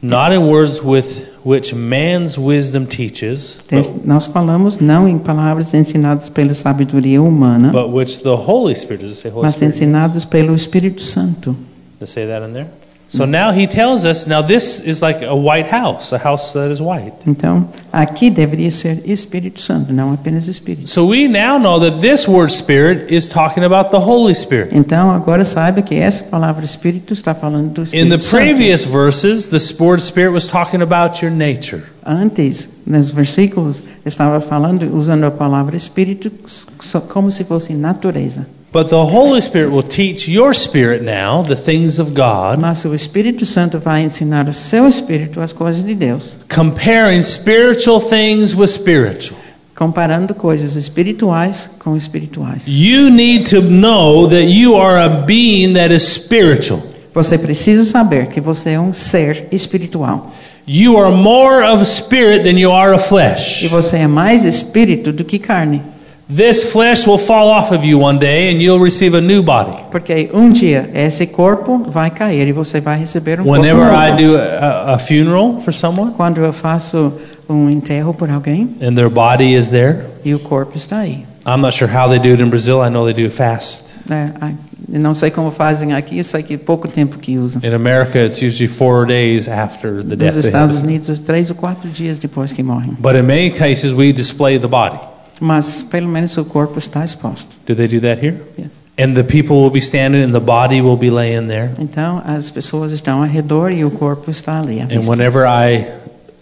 Speaker 2: not in words with which man's wisdom teaches,
Speaker 1: Tes- Nós falamos não em palavras ensinadas pela sabedoria humana,
Speaker 2: but which the Holy Spirit does it say Holy
Speaker 1: mas
Speaker 2: Spirit?
Speaker 1: ensinados pelo Espírito Santo.
Speaker 2: Does it say that in there? So now he tells us. Now this is like a white house, a house that is white.
Speaker 1: Então, aqui deveria ser Espírito Santo, não apenas Espírito.
Speaker 2: So we now know that this word "spirit" is talking about the Holy Spirit.
Speaker 1: Então, agora saiba que essa palavra Espírito está falando do
Speaker 2: In the
Speaker 1: Espírito Santo.
Speaker 2: previous verses, the word "spirit" was talking about your nature.
Speaker 1: Antes, nos versículos, estava falando, usando a palavra Espírito só como se fosse natureza.
Speaker 2: But the Holy Spirit will teach your spirit now the things of God,
Speaker 1: Mas o Espírito Santo vai ensinar o seu Espírito as coisas de Deus,
Speaker 2: comparing spiritual things with spiritual.
Speaker 1: comparando coisas espirituais com espirituais.
Speaker 2: You need to know that you are a being that is spiritual.
Speaker 1: Você precisa saber que você é um ser espiritual.
Speaker 2: You are more of spirit than you are of
Speaker 1: E
Speaker 2: flesh.
Speaker 1: você é mais espírito do que carne.
Speaker 2: This flesh will fall off of you one day and you'll receive a new body.
Speaker 1: Porque um dia esse corpo vai cair e você vai receber um
Speaker 2: Whenever
Speaker 1: corpo novo.
Speaker 2: I do a, a funeral for someone
Speaker 1: Quando eu faço um enterro por alguém
Speaker 2: and their body is there,
Speaker 1: e o corpo está aí.
Speaker 2: I'm not sure how they do it in Brazil. I know they do it fast.
Speaker 1: né? A- eu não sei como fazem aqui, eu sei que pouco tempo que usam.
Speaker 2: In America, it's usually four days after the death.
Speaker 1: Nos
Speaker 2: they
Speaker 1: Estados
Speaker 2: have it.
Speaker 1: Unidos, três ou quatro dias depois que morrem.
Speaker 2: But in many cases, we display the body.
Speaker 1: Mas pelo menos o corpo está exposto.
Speaker 2: Do they do that here?
Speaker 1: Yes.
Speaker 2: And the people will be standing and the body will be laying there.
Speaker 1: Então as pessoas estão ao redor e o corpo está ali. à
Speaker 2: And
Speaker 1: vista.
Speaker 2: whenever I,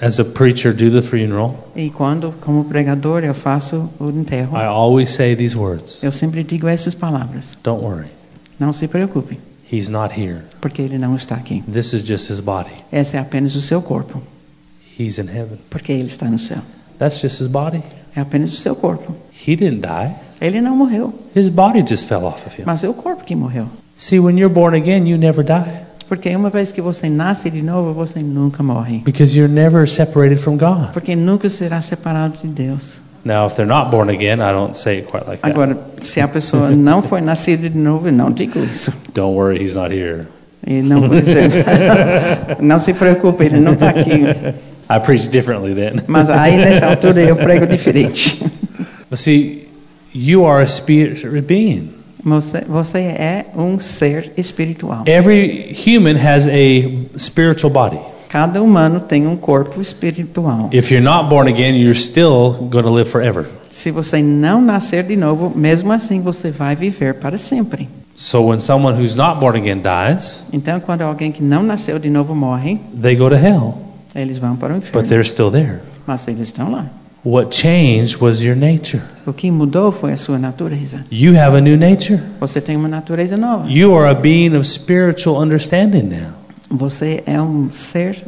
Speaker 2: as a preacher, do the funeral,
Speaker 1: E quando, como pregador, eu faço o enterro,
Speaker 2: I always say these words
Speaker 1: eu sempre digo essas palavras:
Speaker 2: Don't worry,
Speaker 1: Não se preocupe,
Speaker 2: he's not here.
Speaker 1: porque ele não está aqui.
Speaker 2: This is just his body.
Speaker 1: Esse é apenas o seu corpo,
Speaker 2: He's in heaven.
Speaker 1: porque ele está no céu.
Speaker 2: That's just his body.
Speaker 1: É apenas o seu corpo.
Speaker 2: He didn't die,
Speaker 1: Ele não morreu,
Speaker 2: his body just fell off of him.
Speaker 1: mas é o corpo que morreu.
Speaker 2: See, when you're born again, you never die
Speaker 1: Porque uma vez que você nasce de novo, você nunca morre.
Speaker 2: because you're never separated from God.
Speaker 1: Porque nunca será separado de Deus.
Speaker 2: Now, if they're not born again, I don't say it quite like that.
Speaker 1: Agora, se a pessoa não foi nascida de novo, eu não digo isso.
Speaker 2: Don't worry, he's not here.
Speaker 1: E não vou dizer. não se preocupe, ele não está aqui.
Speaker 2: I preach differently then.
Speaker 1: Mas aí, nessa altura, eu prego diferente.
Speaker 2: But see, you are a spirit being.
Speaker 1: Você, você é um ser espiritual.
Speaker 2: Every human has a spiritual body.
Speaker 1: Cada humano tem um corpo espiritual.
Speaker 2: If you're not born again, you're still going to live forever.
Speaker 1: Se você não nascer de novo, mesmo assim você vai viver para sempre.
Speaker 2: So when someone who's not born again dies,
Speaker 1: Então, quando alguém que não nasceu de novo morre,
Speaker 2: they go to hell,
Speaker 1: eles vão para o
Speaker 2: but
Speaker 1: inferno.
Speaker 2: they're still there.
Speaker 1: Mas eles estão lá.
Speaker 2: What changed was your nature.
Speaker 1: O que mudou foi a sua natureza.
Speaker 2: You have a new nature.
Speaker 1: Você tem uma natureza nova.
Speaker 2: You are a being of spiritual understanding now.
Speaker 1: Você é um ser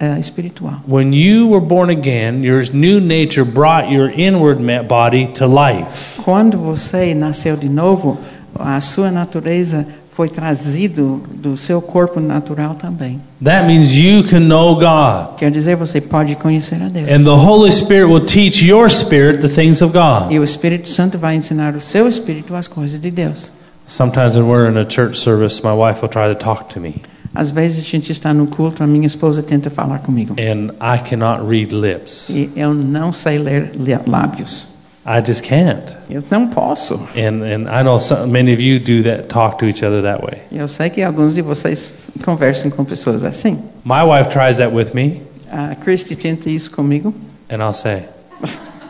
Speaker 1: eh, espiritual.
Speaker 2: When you were born again, your new nature brought your inward ma- body to life.
Speaker 1: Quando você nasceu de novo, a sua natureza foi trazido do seu corpo natural também.
Speaker 2: That means you can know God.
Speaker 1: Quer dizer, você pode conhecer a Deus.
Speaker 2: And the Holy Spirit will teach your spirit the things of God.
Speaker 1: E o Espírito Santo vai ensinar o seu espírito as coisas de Deus.
Speaker 2: Sometimes when we're in a church service, my wife will try to talk to me,
Speaker 1: Às vezes a gente está no culto, a minha esposa tenta falar comigo.
Speaker 2: and I cannot read lips.
Speaker 1: E eu não sei ler li- lábios.
Speaker 2: I just can't.
Speaker 1: Eu não posso.
Speaker 2: And and I know some, many of you do that, talk to each other that way.
Speaker 1: Eu sei que alguns de vocês conversam com pessoas assim.
Speaker 2: My wife tries that with me,
Speaker 1: A Christy tenta isso comigo.
Speaker 2: and I'll say,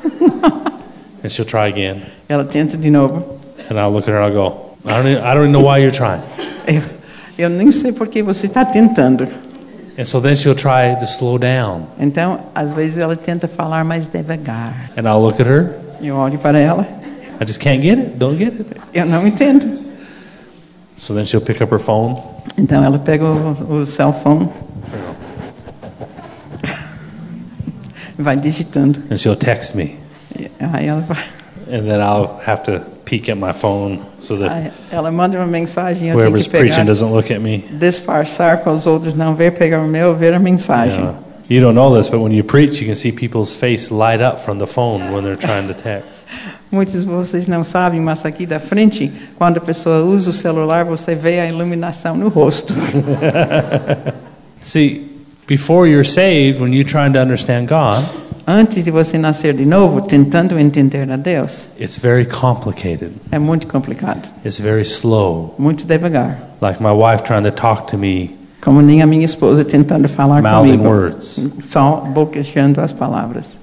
Speaker 2: and she'll try again,
Speaker 1: Ela tenta de novo.
Speaker 2: and I'll look at her and I'll go, I don't even, I don't even know why you're trying.
Speaker 1: Eu, eu nem sei por que você está tentando.
Speaker 2: And so then she'll try to slow down,
Speaker 1: Então, às vezes ela tenta falar mais devagar.
Speaker 2: and I'll look at her.
Speaker 1: Eu olho para ela.
Speaker 2: I just can't get it. Don't get it.
Speaker 1: Eu não entendo.
Speaker 2: So then she'll pick up her phone.
Speaker 1: Então ela pega o, o cell phone. Vai digitando.
Speaker 2: and she'll text me,
Speaker 1: E Aí ela, vai-
Speaker 2: and then I'll have to peek at my phone so that
Speaker 1: aí ela manda uma mensagem. Eu tenho
Speaker 2: whoever's
Speaker 1: que pegar,
Speaker 2: preaching doesn't look at me.
Speaker 1: disfarçar para os outros não ver, pegar o meu, ver a mensagem.
Speaker 2: Uh, you don't know this, but when you preach, you can see people's face light up from the phone when they're trying to text.
Speaker 1: Muitos de vocês não sabem, mas aqui da frente, quando a pessoa usa o celular, você vê a iluminação no rosto.
Speaker 2: See, Before you're saved, when you're trying to understand God,
Speaker 1: Antes de você nascer de novo, tentando entender a Deus,
Speaker 2: it's very complicated.
Speaker 1: é muito complicado,
Speaker 2: It's very slow.
Speaker 1: muito devagar.
Speaker 2: Like my wife trying to talk to me,
Speaker 1: Como nem a minha esposa tentando falar
Speaker 2: mouthing
Speaker 1: comigo,
Speaker 2: words,
Speaker 1: só boquejando as palavras,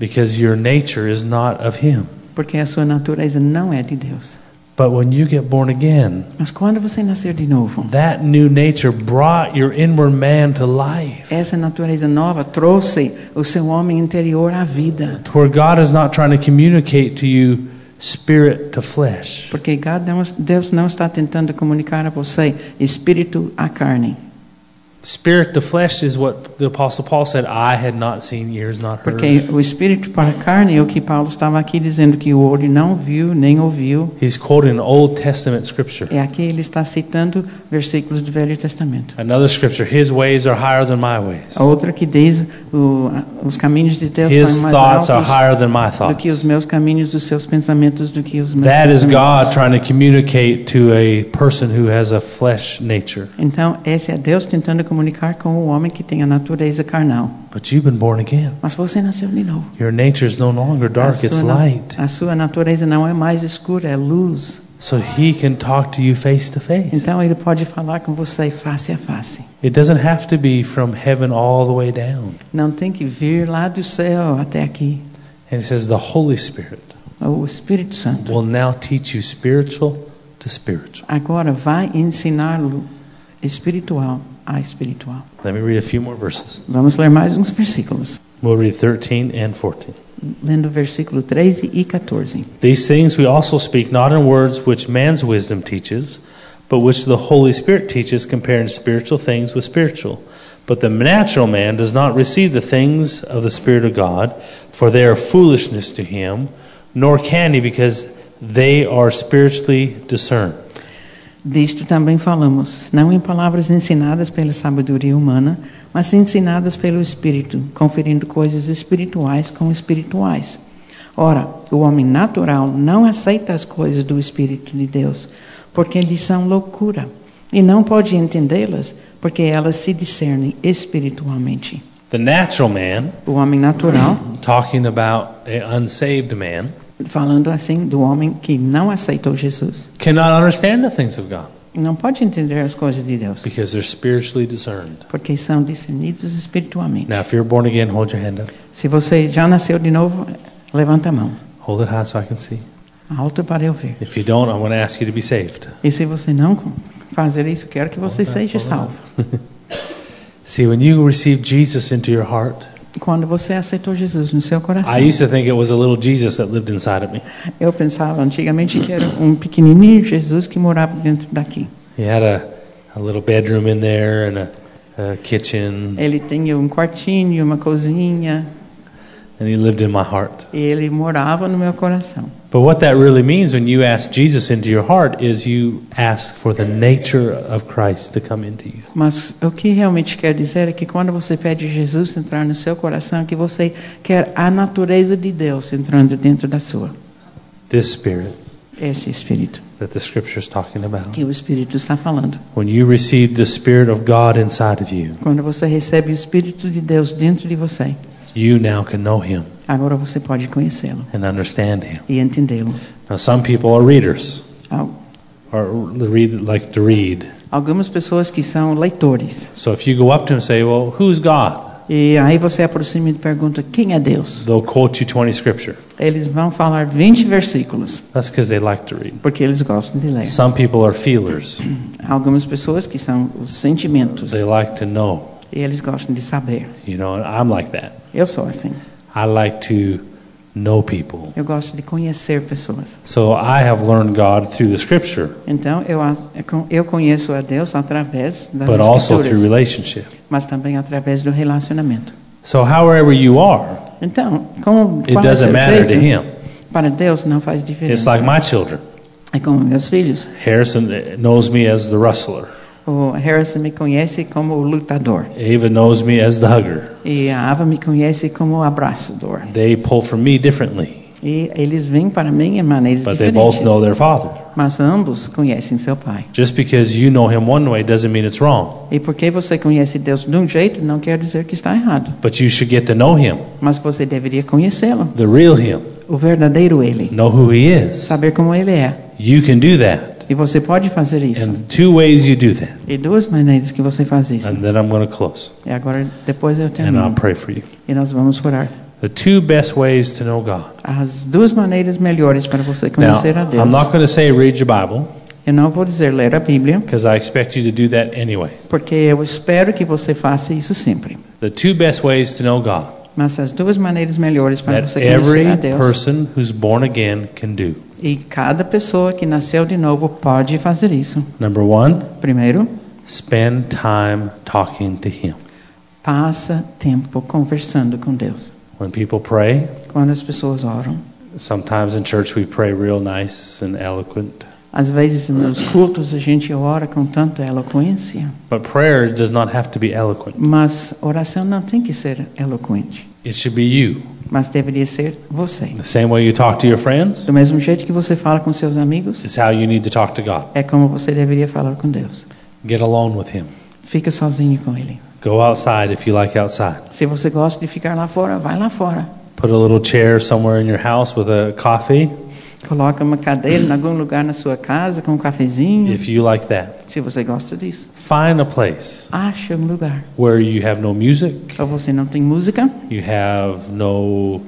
Speaker 2: because your nature is not of Him.
Speaker 1: porque a sua natureza não é de Deus.
Speaker 2: But when you get born again,
Speaker 1: Mas quando você nascer de novo,
Speaker 2: that new nature brought your inward man to life.
Speaker 1: essa natureza nova trouxe o seu homem interior à vida,
Speaker 2: to where God is not trying to communicate to you spirit to flesh.
Speaker 1: porque God não- Deus não está tentando comunicar a você espírito à carne.
Speaker 2: Spirit to flesh is what the Apostle Paul said, I had not seen, ears not heard.
Speaker 1: Porque o espírito para a carne é o que Paulo estava aqui dizendo que o olho não viu nem ouviu.
Speaker 2: He's quoting an Old Testament scripture.
Speaker 1: E É aqui ele está citando versículos do Velho Testamento.
Speaker 2: Another scripture, his ways are higher than my ways.
Speaker 1: A outra que diz o, os caminhos de Deus
Speaker 2: His
Speaker 1: são mais
Speaker 2: thoughts are
Speaker 1: altos
Speaker 2: higher than my
Speaker 1: do que os
Speaker 2: thoughts.
Speaker 1: meus caminhos, dos seus pensamentos, do que os meus
Speaker 2: That is God
Speaker 1: pensamentos.
Speaker 2: trying to communicate to a person who has a flesh nature.
Speaker 1: Então, esse é Deus tentando comunicar com o homem que tem a natureza carnal.
Speaker 2: But you've been born again.
Speaker 1: Mas você nasceu de novo.
Speaker 2: Your nature is no longer
Speaker 1: a,
Speaker 2: dark,
Speaker 1: sua
Speaker 2: it's
Speaker 1: na-
Speaker 2: light.
Speaker 1: a sua natureza não é mais escura, é luz.
Speaker 2: So he can talk to you face to face.
Speaker 1: Então, ele pode falar com você face a face.
Speaker 2: It doesn't have to be from heaven all the way down.
Speaker 1: Não tem que vir lá do céu até aqui.
Speaker 2: And it says the Holy Spirit
Speaker 1: O Espírito Santo
Speaker 2: will now teach you spiritual to spiritual.
Speaker 1: agora vai ensiná-lo espiritual a espiritual.
Speaker 2: Let me read a few more verses.
Speaker 1: Vamos ler mais uns versículos.
Speaker 2: We'll read 13 and 14.
Speaker 1: Lendo o versículo 13 e 14.
Speaker 2: These things we also speak not in words which man's wisdom teaches, but which the Holy Spirit teaches, comparing spiritual things with spiritual. But the natural man does not receive the things of the Spirit of God, for they are foolishness to him, nor can he, because they are spiritually discerned.
Speaker 1: Disto também falamos, não em palavras ensinadas pela sabedoria humana, mas ensinadas pelo Espírito, conferindo coisas espirituais com espirituais. Ora, o homem natural não aceita as coisas do Espírito de Deus, porque lhe são loucura, e não pode entendê-las, porque elas se discernem espiritualmente.
Speaker 2: The natural man,
Speaker 1: O homem natural,
Speaker 2: talking about an unsaved man,
Speaker 1: falando assim do homem que não aceitou Jesus,
Speaker 2: cannot understand the things of God
Speaker 1: não pode entender as coisas de Deus,
Speaker 2: because they're spiritually discerned.
Speaker 1: porque são discernidas espiritualmente.
Speaker 2: Now, if you're born again, hold your hand up.
Speaker 1: Se você já nasceu de novo, levanta a mão,
Speaker 2: Hold it high so I can see.
Speaker 1: alto para eu ver.
Speaker 2: If you don't, I'm going to ask you to be saved.
Speaker 1: E se você não fazer isso, quero que você seja salvo.
Speaker 2: See, when you receive Jesus into your heart,
Speaker 1: Quando você aceitou Jesus no seu coração,
Speaker 2: I used to think it was a little Jesus that lived inside of me.
Speaker 1: eu pensava antigamente que era um pequenininho Jesus que morava dentro daqui.
Speaker 2: He had a, a little bedroom in there and a, a kitchen,
Speaker 1: Ele tinha um quartinho, uma cozinha,
Speaker 2: and he lived in my heart.
Speaker 1: e ele morava no meu coração.
Speaker 2: But what that really means when you ask Jesus into your heart is you ask for the nature of Christ to come into you.
Speaker 1: Mas o que realmente quer dizer é que quando você pede Jesus entrar no seu coração, que você quer a natureza de Deus entrando dentro da sua.
Speaker 2: This spirit
Speaker 1: Esse espírito
Speaker 2: that the scripture is talking about.
Speaker 1: que o espírito está falando.
Speaker 2: When you receive the spirit of God inside of you,
Speaker 1: Quando você recebe o Espírito de Deus dentro de você,
Speaker 2: you now can know him
Speaker 1: agora você pode conhecê-lo
Speaker 2: and understand him.
Speaker 1: e entendê-lo.
Speaker 2: Now some people are readers
Speaker 1: Al-
Speaker 2: or read like to read.
Speaker 1: Algumas pessoas que são leitores,
Speaker 2: So if you go up to him and say, "Well, who's God?"
Speaker 1: e aí você aproxima e pergunta: quem é Deus?
Speaker 2: They'll quote you 20 scripture.
Speaker 1: Eles vão falar 20 versículos,
Speaker 2: That's because they like to read.
Speaker 1: porque eles gostam de ler.
Speaker 2: Some people are feelers.
Speaker 1: Algumas pessoas que são os sentimentos,
Speaker 2: They like to know,
Speaker 1: e eles gostam de saber.
Speaker 2: you know, and I'm like that.
Speaker 1: Eu sou assim,
Speaker 2: I like to know people.
Speaker 1: eu gosto de conhecer pessoas.
Speaker 2: So I have learned God through the scripture,
Speaker 1: Então eu, a- eu conheço a Deus através das
Speaker 2: but also through
Speaker 1: escrituras,
Speaker 2: relationship.
Speaker 1: mas também através do relacionamento.
Speaker 2: So however you are,
Speaker 1: Então, como
Speaker 2: it
Speaker 1: qual é
Speaker 2: doesn't
Speaker 1: seu
Speaker 2: matter to
Speaker 1: jeito,
Speaker 2: him.
Speaker 1: Para Deus não faz
Speaker 2: It's
Speaker 1: diferença.
Speaker 2: like my children.
Speaker 1: É como meus filhos.
Speaker 2: Harrison knows me as the rustler.
Speaker 1: O Harrison me conhece como o lutador
Speaker 2: Ava knows me as the hugger.
Speaker 1: e a Ava me conhece como o abraçador.
Speaker 2: They pull from me differently.
Speaker 1: E eles vêm para mim em maneiras
Speaker 2: but they both know
Speaker 1: diferentes.
Speaker 2: their Father.
Speaker 1: Mas ambos conhecem seu Pai.
Speaker 2: Just because you know Him one way doesn't mean it's wrong,
Speaker 1: E porque você conhece Deus de um jeito, não quer dizer que está errado.
Speaker 2: but you should get to know Him,
Speaker 1: Mas você deveria conhecê-lo,
Speaker 2: the real Him,
Speaker 1: o verdadeiro Ele.
Speaker 2: know who He is.
Speaker 1: Saber como Ele é.
Speaker 2: You can do that.
Speaker 1: E você pode fazer isso.
Speaker 2: And two ways you do that.
Speaker 1: E duas maneiras que você faz isso.
Speaker 2: And then I'm going to close
Speaker 1: E agora, depois eu
Speaker 2: and I'll
Speaker 1: termino.
Speaker 2: pray for you.
Speaker 1: E nós vamos orar.
Speaker 2: The two best ways to know God.
Speaker 1: As duas maneiras melhores para você
Speaker 2: Now,
Speaker 1: conhecer a
Speaker 2: I'm
Speaker 1: Deus.
Speaker 2: not going to say read your Bible
Speaker 1: Eu não vou dizer ler a Bíblia,
Speaker 2: because I expect you to do that anyway.
Speaker 1: porque eu espero que você faça isso sempre.
Speaker 2: The two best ways to know God.
Speaker 1: Mas as duas maneiras melhores para
Speaker 2: that
Speaker 1: você conhecer
Speaker 2: every
Speaker 1: a Deus.
Speaker 2: person who's born again can do.
Speaker 1: E cada pessoa que nasceu de novo pode fazer isso.
Speaker 2: Number one,
Speaker 1: Primeiro,
Speaker 2: spend time talking to Him.
Speaker 1: passa tempo conversando com Deus.
Speaker 2: When people pray,
Speaker 1: Quando as pessoas oram,
Speaker 2: sometimes in church we pray real nice and eloquent,
Speaker 1: às vezes nos cultos a gente ora com tanta eloquência,
Speaker 2: but prayer does not have to be eloquent.
Speaker 1: mas oração não tem que ser eloquente,
Speaker 2: It should be you.
Speaker 1: mas deveria ser você.
Speaker 2: The same way you talk to your friends
Speaker 1: Do mesmo jeito que você fala com seus amigos,
Speaker 2: is how you need to talk to God.
Speaker 1: é como você deveria falar com Deus.
Speaker 2: Get alone with Him.
Speaker 1: Fica sozinho com Ele.
Speaker 2: Go outside if you like outside.
Speaker 1: Se você gosta de ficar lá fora, vai lá fora.
Speaker 2: Put a little chair somewhere in your house with a coffee
Speaker 1: Coloca uma cadeira em algum lugar na sua casa com um cafezinho,
Speaker 2: if you like that.
Speaker 1: se você gosta disso.
Speaker 2: Find a place
Speaker 1: Acha um lugar.
Speaker 2: where you have no music,
Speaker 1: Ou você não tem música,
Speaker 2: You have no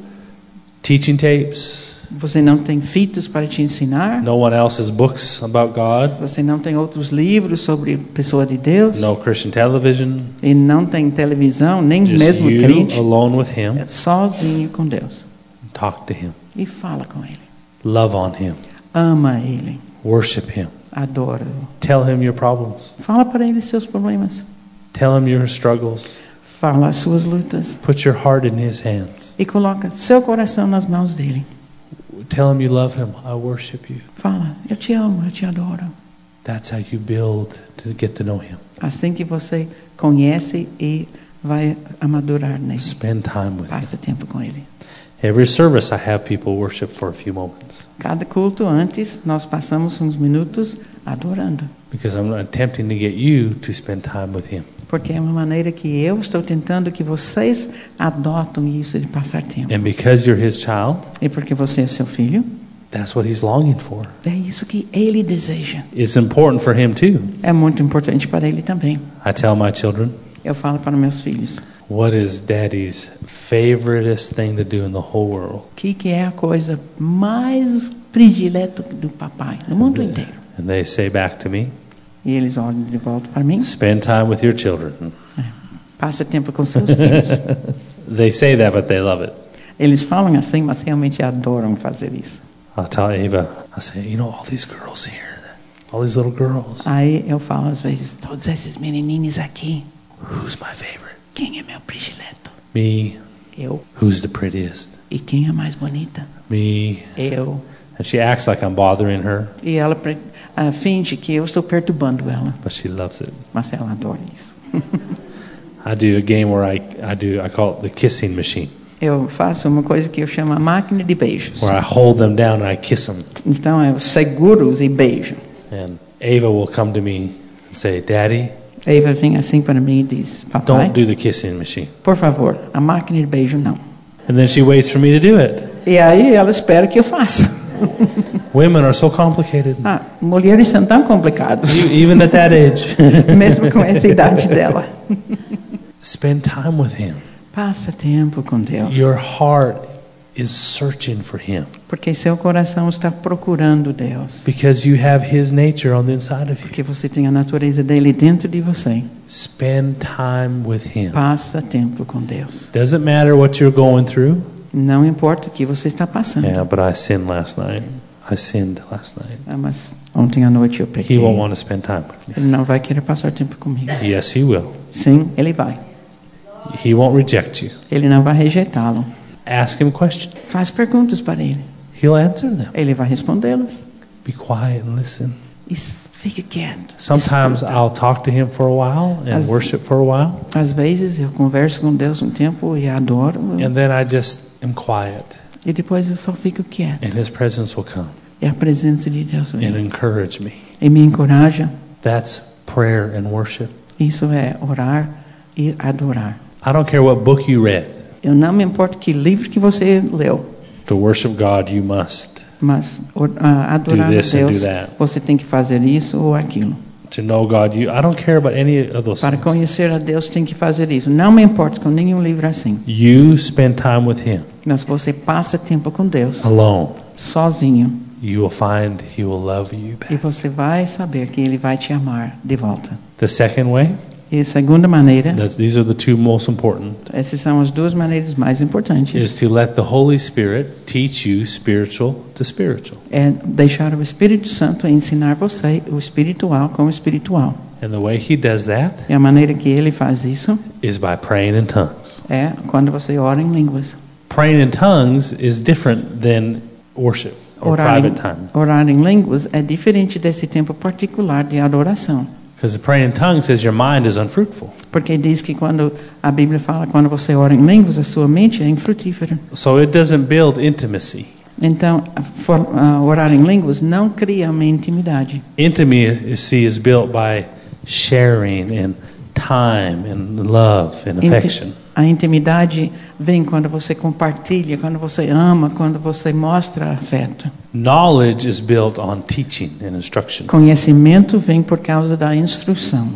Speaker 2: teaching tapes,
Speaker 1: você não tem fitas para te ensinar,
Speaker 2: no one else's books about God,
Speaker 1: você não tem outros livros sobre pessoa de Deus,
Speaker 2: no Christian television,
Speaker 1: e não tem televisão, nem
Speaker 2: just
Speaker 1: mesmo
Speaker 2: you
Speaker 1: crente.
Speaker 2: alone with Him.
Speaker 1: É sozinho com Deus.
Speaker 2: Talk to Him,
Speaker 1: E fala com Ele.
Speaker 2: love on Him,
Speaker 1: Ama Ele.
Speaker 2: worship Him,
Speaker 1: Adora-o.
Speaker 2: tell Him your problems,
Speaker 1: Fala para Ele seus problemas.
Speaker 2: tell Him your struggles,
Speaker 1: Fala as suas lutas.
Speaker 2: put your heart in His hands,
Speaker 1: E coloca seu coração nas mãos dEle.
Speaker 2: tell Him you love Him, I worship you.
Speaker 1: Fala, eu te amo, eu te adoro.
Speaker 2: That's how you build to get to know Him.
Speaker 1: Assim que você conhece e vai amadurar nele.
Speaker 2: Spend time with Him.
Speaker 1: Passa tempo com ele.
Speaker 2: Every service, I have people worship for a few moments
Speaker 1: Cada culto antes, nós passamos uns minutos adorando.
Speaker 2: because I'm attempting to get you to spend time with Him.
Speaker 1: Porque é uma maneira que eu estou tentando que vocês adotam isso de passar tempo.
Speaker 2: And because you're his child,
Speaker 1: E porque você é seu filho,
Speaker 2: that's what he's longing for.
Speaker 1: é isso que ele deseja.
Speaker 2: It's important for him too.
Speaker 1: É muito importante para ele também.
Speaker 2: I tell my children,
Speaker 1: Eu falo para meus filhos,
Speaker 2: what is daddy's favoriteest thing to do in the whole world?
Speaker 1: o que, que é a coisa mais predileta do papai no mundo inteiro?
Speaker 2: And they say back to me,
Speaker 1: E eles olham de volta para mim.
Speaker 2: spend time with your children.
Speaker 1: Passa tempo com seus filhos.
Speaker 2: They say that, but they love it.
Speaker 1: Eles falam assim, mas realmente adoram fazer isso.
Speaker 2: I'll tell Ava, I say, you know, all these girls here, all these little girls,
Speaker 1: Aí eu falo às vezes, todos esses menininhos aqui,
Speaker 2: who's my favorite?
Speaker 1: quem é meu predileto?
Speaker 2: Me.
Speaker 1: Eu.
Speaker 2: Who's the prettiest?
Speaker 1: E quem é mais bonita?
Speaker 2: Me.
Speaker 1: Eu.
Speaker 2: And she acts like I'm bothering her,
Speaker 1: E ela pre- ah, finge que eu estou perturbando ela,
Speaker 2: but she loves it.
Speaker 1: mas ela adora isso.
Speaker 2: I do a game where I, I do, I call it the kissing machine.
Speaker 1: Eu faço uma coisa que eu chamo a máquina de beijos.
Speaker 2: where I hold them down and I kiss them.
Speaker 1: Então eu seguro-os e beijo.
Speaker 2: And Ava will come to me and say, Daddy,
Speaker 1: Eva vem assim para mim e diz,
Speaker 2: don't
Speaker 1: papai,
Speaker 2: do the kissing machine.
Speaker 1: por favor, a máquina de beijo não.
Speaker 2: And then she waits for me to do it.
Speaker 1: E aí ela espera que eu faça.
Speaker 2: Women are so complicated,
Speaker 1: Ah, mulheres são tão complicadas.
Speaker 2: e- even at that age.
Speaker 1: mesmo com essa idade dela.
Speaker 2: Spend time with Him.
Speaker 1: Passa tempo com Deus,
Speaker 2: Your heart is searching for Him
Speaker 1: porque seu coração está procurando Deus,
Speaker 2: because you have His nature on the inside of you.
Speaker 1: porque você tem a natureza dele dentro de você.
Speaker 2: Spend time with Him.
Speaker 1: Passa tempo com Deus.
Speaker 2: Doesn't matter what you're going through.
Speaker 1: Não importa o que você está passando.
Speaker 2: Yeah, but I sinned last night. I sinned last night.
Speaker 1: Ah, mas ontem à noite eu
Speaker 2: He
Speaker 1: pequei.
Speaker 2: won't want to spend time with me.
Speaker 1: Ele não vai querer passar tempo comigo.
Speaker 2: Yes, He will.
Speaker 1: Sim, ele vai.
Speaker 2: He won't reject you.
Speaker 1: Ele não vai rejeitá-lo.
Speaker 2: Ask him questions.
Speaker 1: Faz perguntas para ele.
Speaker 2: He'll answer them.
Speaker 1: Ele vai respondê-las.
Speaker 2: Be quiet and listen.
Speaker 1: E s- fique quieto.
Speaker 2: Sometimes
Speaker 1: Escuta.
Speaker 2: I'll talk to him for a while and
Speaker 1: As-
Speaker 2: worship for a while, É.
Speaker 1: Às vezes eu converso com Deus um tempo e adoro.
Speaker 2: and then I just am quiet
Speaker 1: E depois eu só fico quieto.
Speaker 2: and His presence will come
Speaker 1: E a presença de Deus
Speaker 2: and
Speaker 1: vem
Speaker 2: encourage me.
Speaker 1: e me encoraja.
Speaker 2: That's prayer and worship.
Speaker 1: Isso é orar e adorar.
Speaker 2: I don't care what book you read,
Speaker 1: Eu não me importo que livro que você leu,
Speaker 2: to worship God, you must.
Speaker 1: mas or, ah, adorar a
Speaker 2: Do this and
Speaker 1: Deus,
Speaker 2: do that.
Speaker 1: você tem que fazer isso ou aquilo.
Speaker 2: To know God, you. I don't care about any of those
Speaker 1: Para
Speaker 2: things.
Speaker 1: conhecer a Deus, tem que fazer isso. Não me importo com nenhum livro assim,
Speaker 2: You spend time with Him
Speaker 1: mas você passa tempo com Deus,
Speaker 2: alone.
Speaker 1: sozinho,
Speaker 2: You will find He will love you back.
Speaker 1: e você vai saber que Ele vai te amar de volta.
Speaker 2: The second way,
Speaker 1: E a segunda maneira,
Speaker 2: that's, these are the two most important,
Speaker 1: essas são as duas maneiras mais importantes,
Speaker 2: is to let the Holy Spirit teach you spiritual to spiritual.
Speaker 1: é deixar o Espírito Santo ensinar você o espiritual com o espiritual.
Speaker 2: And the way He does that
Speaker 1: E a maneira que Ele faz isso
Speaker 2: is by praying in tongues.
Speaker 1: é quando você ora em línguas.
Speaker 2: Praying in tongues is different than worship or
Speaker 1: Orar em,
Speaker 2: É private time.
Speaker 1: orar em línguas é diferente desse tempo particular de adoração.
Speaker 2: Because praying in tongues says your mind is unfruitful.
Speaker 1: Porque diz que quando a Bíblia fala quando você ora em línguas, a sua mente é infrutífera.
Speaker 2: So it doesn't build intimacy.
Speaker 1: Então, a for, a orar em línguas não cria uma intimidade.
Speaker 2: Intimacy is built by sharing and time and love and
Speaker 1: Inti-
Speaker 2: affection.
Speaker 1: A intimidade vem quando você compartilha, quando você ama, quando você mostra afeto.
Speaker 2: Knowledge is built on teaching and instruction.
Speaker 1: Conhecimento vem por causa da instrução.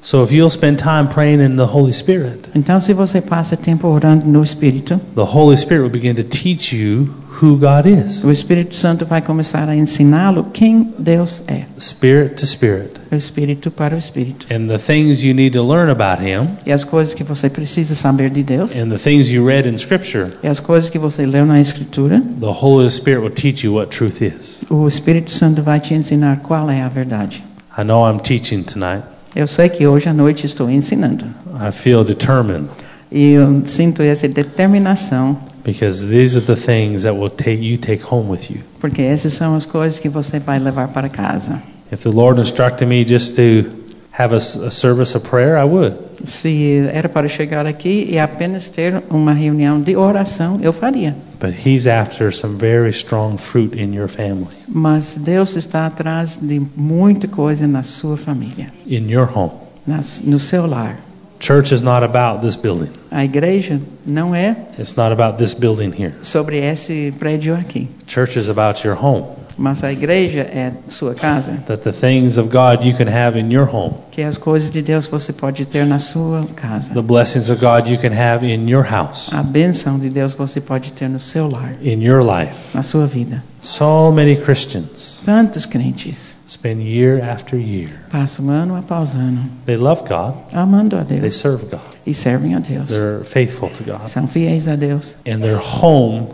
Speaker 2: So if you'll spend time praying in the Holy Spirit,
Speaker 1: Então, se você passa tempo orando no Espírito,
Speaker 2: the Holy Spirit will begin to teach you who God is.
Speaker 1: o Espírito Santo vai começar a ensiná-lo quem Deus é.
Speaker 2: Spirit to spirit.
Speaker 1: O Espírito para o Espírito.
Speaker 2: And the things you need to learn about Him
Speaker 1: E as coisas que você precisa saber de Deus,
Speaker 2: and the things you read in Scripture,
Speaker 1: e as coisas que você leu na Escritura,
Speaker 2: the Holy Spirit will teach you what truth is.
Speaker 1: o Espírito Santo vai te ensinar qual é a verdade.
Speaker 2: I know I'm teaching tonight.
Speaker 1: Eu sei que hoje à noite estou ensinando.
Speaker 2: I feel determined
Speaker 1: E eu sinto essa determinação,
Speaker 2: because these are the things that will take you take home with you.
Speaker 1: porque essas são as coisas que você vai levar para casa.
Speaker 2: If the Lord instructed me just to have a, s- a service of prayer, I would.
Speaker 1: Se era para chegar aqui e apenas ter uma reunião de oração, eu faria.
Speaker 2: But He's after some very strong fruit in your family,
Speaker 1: Mas Deus está atrás de muita coisa na sua família,
Speaker 2: in your home.
Speaker 1: nas, no seu lar.
Speaker 2: Church is not about this building.
Speaker 1: A igreja não é
Speaker 2: It's not about this building here.
Speaker 1: sobre esse prédio aqui,
Speaker 2: Church is about your home.
Speaker 1: mas a igreja é sua casa,
Speaker 2: That the things of God you can have in your home,
Speaker 1: que as coisas de Deus você pode ter na sua casa.
Speaker 2: the blessings of God you can have in your house,
Speaker 1: A bênção de Deus você pode ter no seu lar,
Speaker 2: in your life.
Speaker 1: na sua vida.
Speaker 2: So many Christians
Speaker 1: Tantos crentes
Speaker 2: spend year after year.
Speaker 1: passam ano após ano
Speaker 2: They love God,
Speaker 1: amando a
Speaker 2: they
Speaker 1: Deus
Speaker 2: serve God,
Speaker 1: e servem a Deus.
Speaker 2: they're faithful to God.
Speaker 1: São fiéis a Deus,
Speaker 2: and their home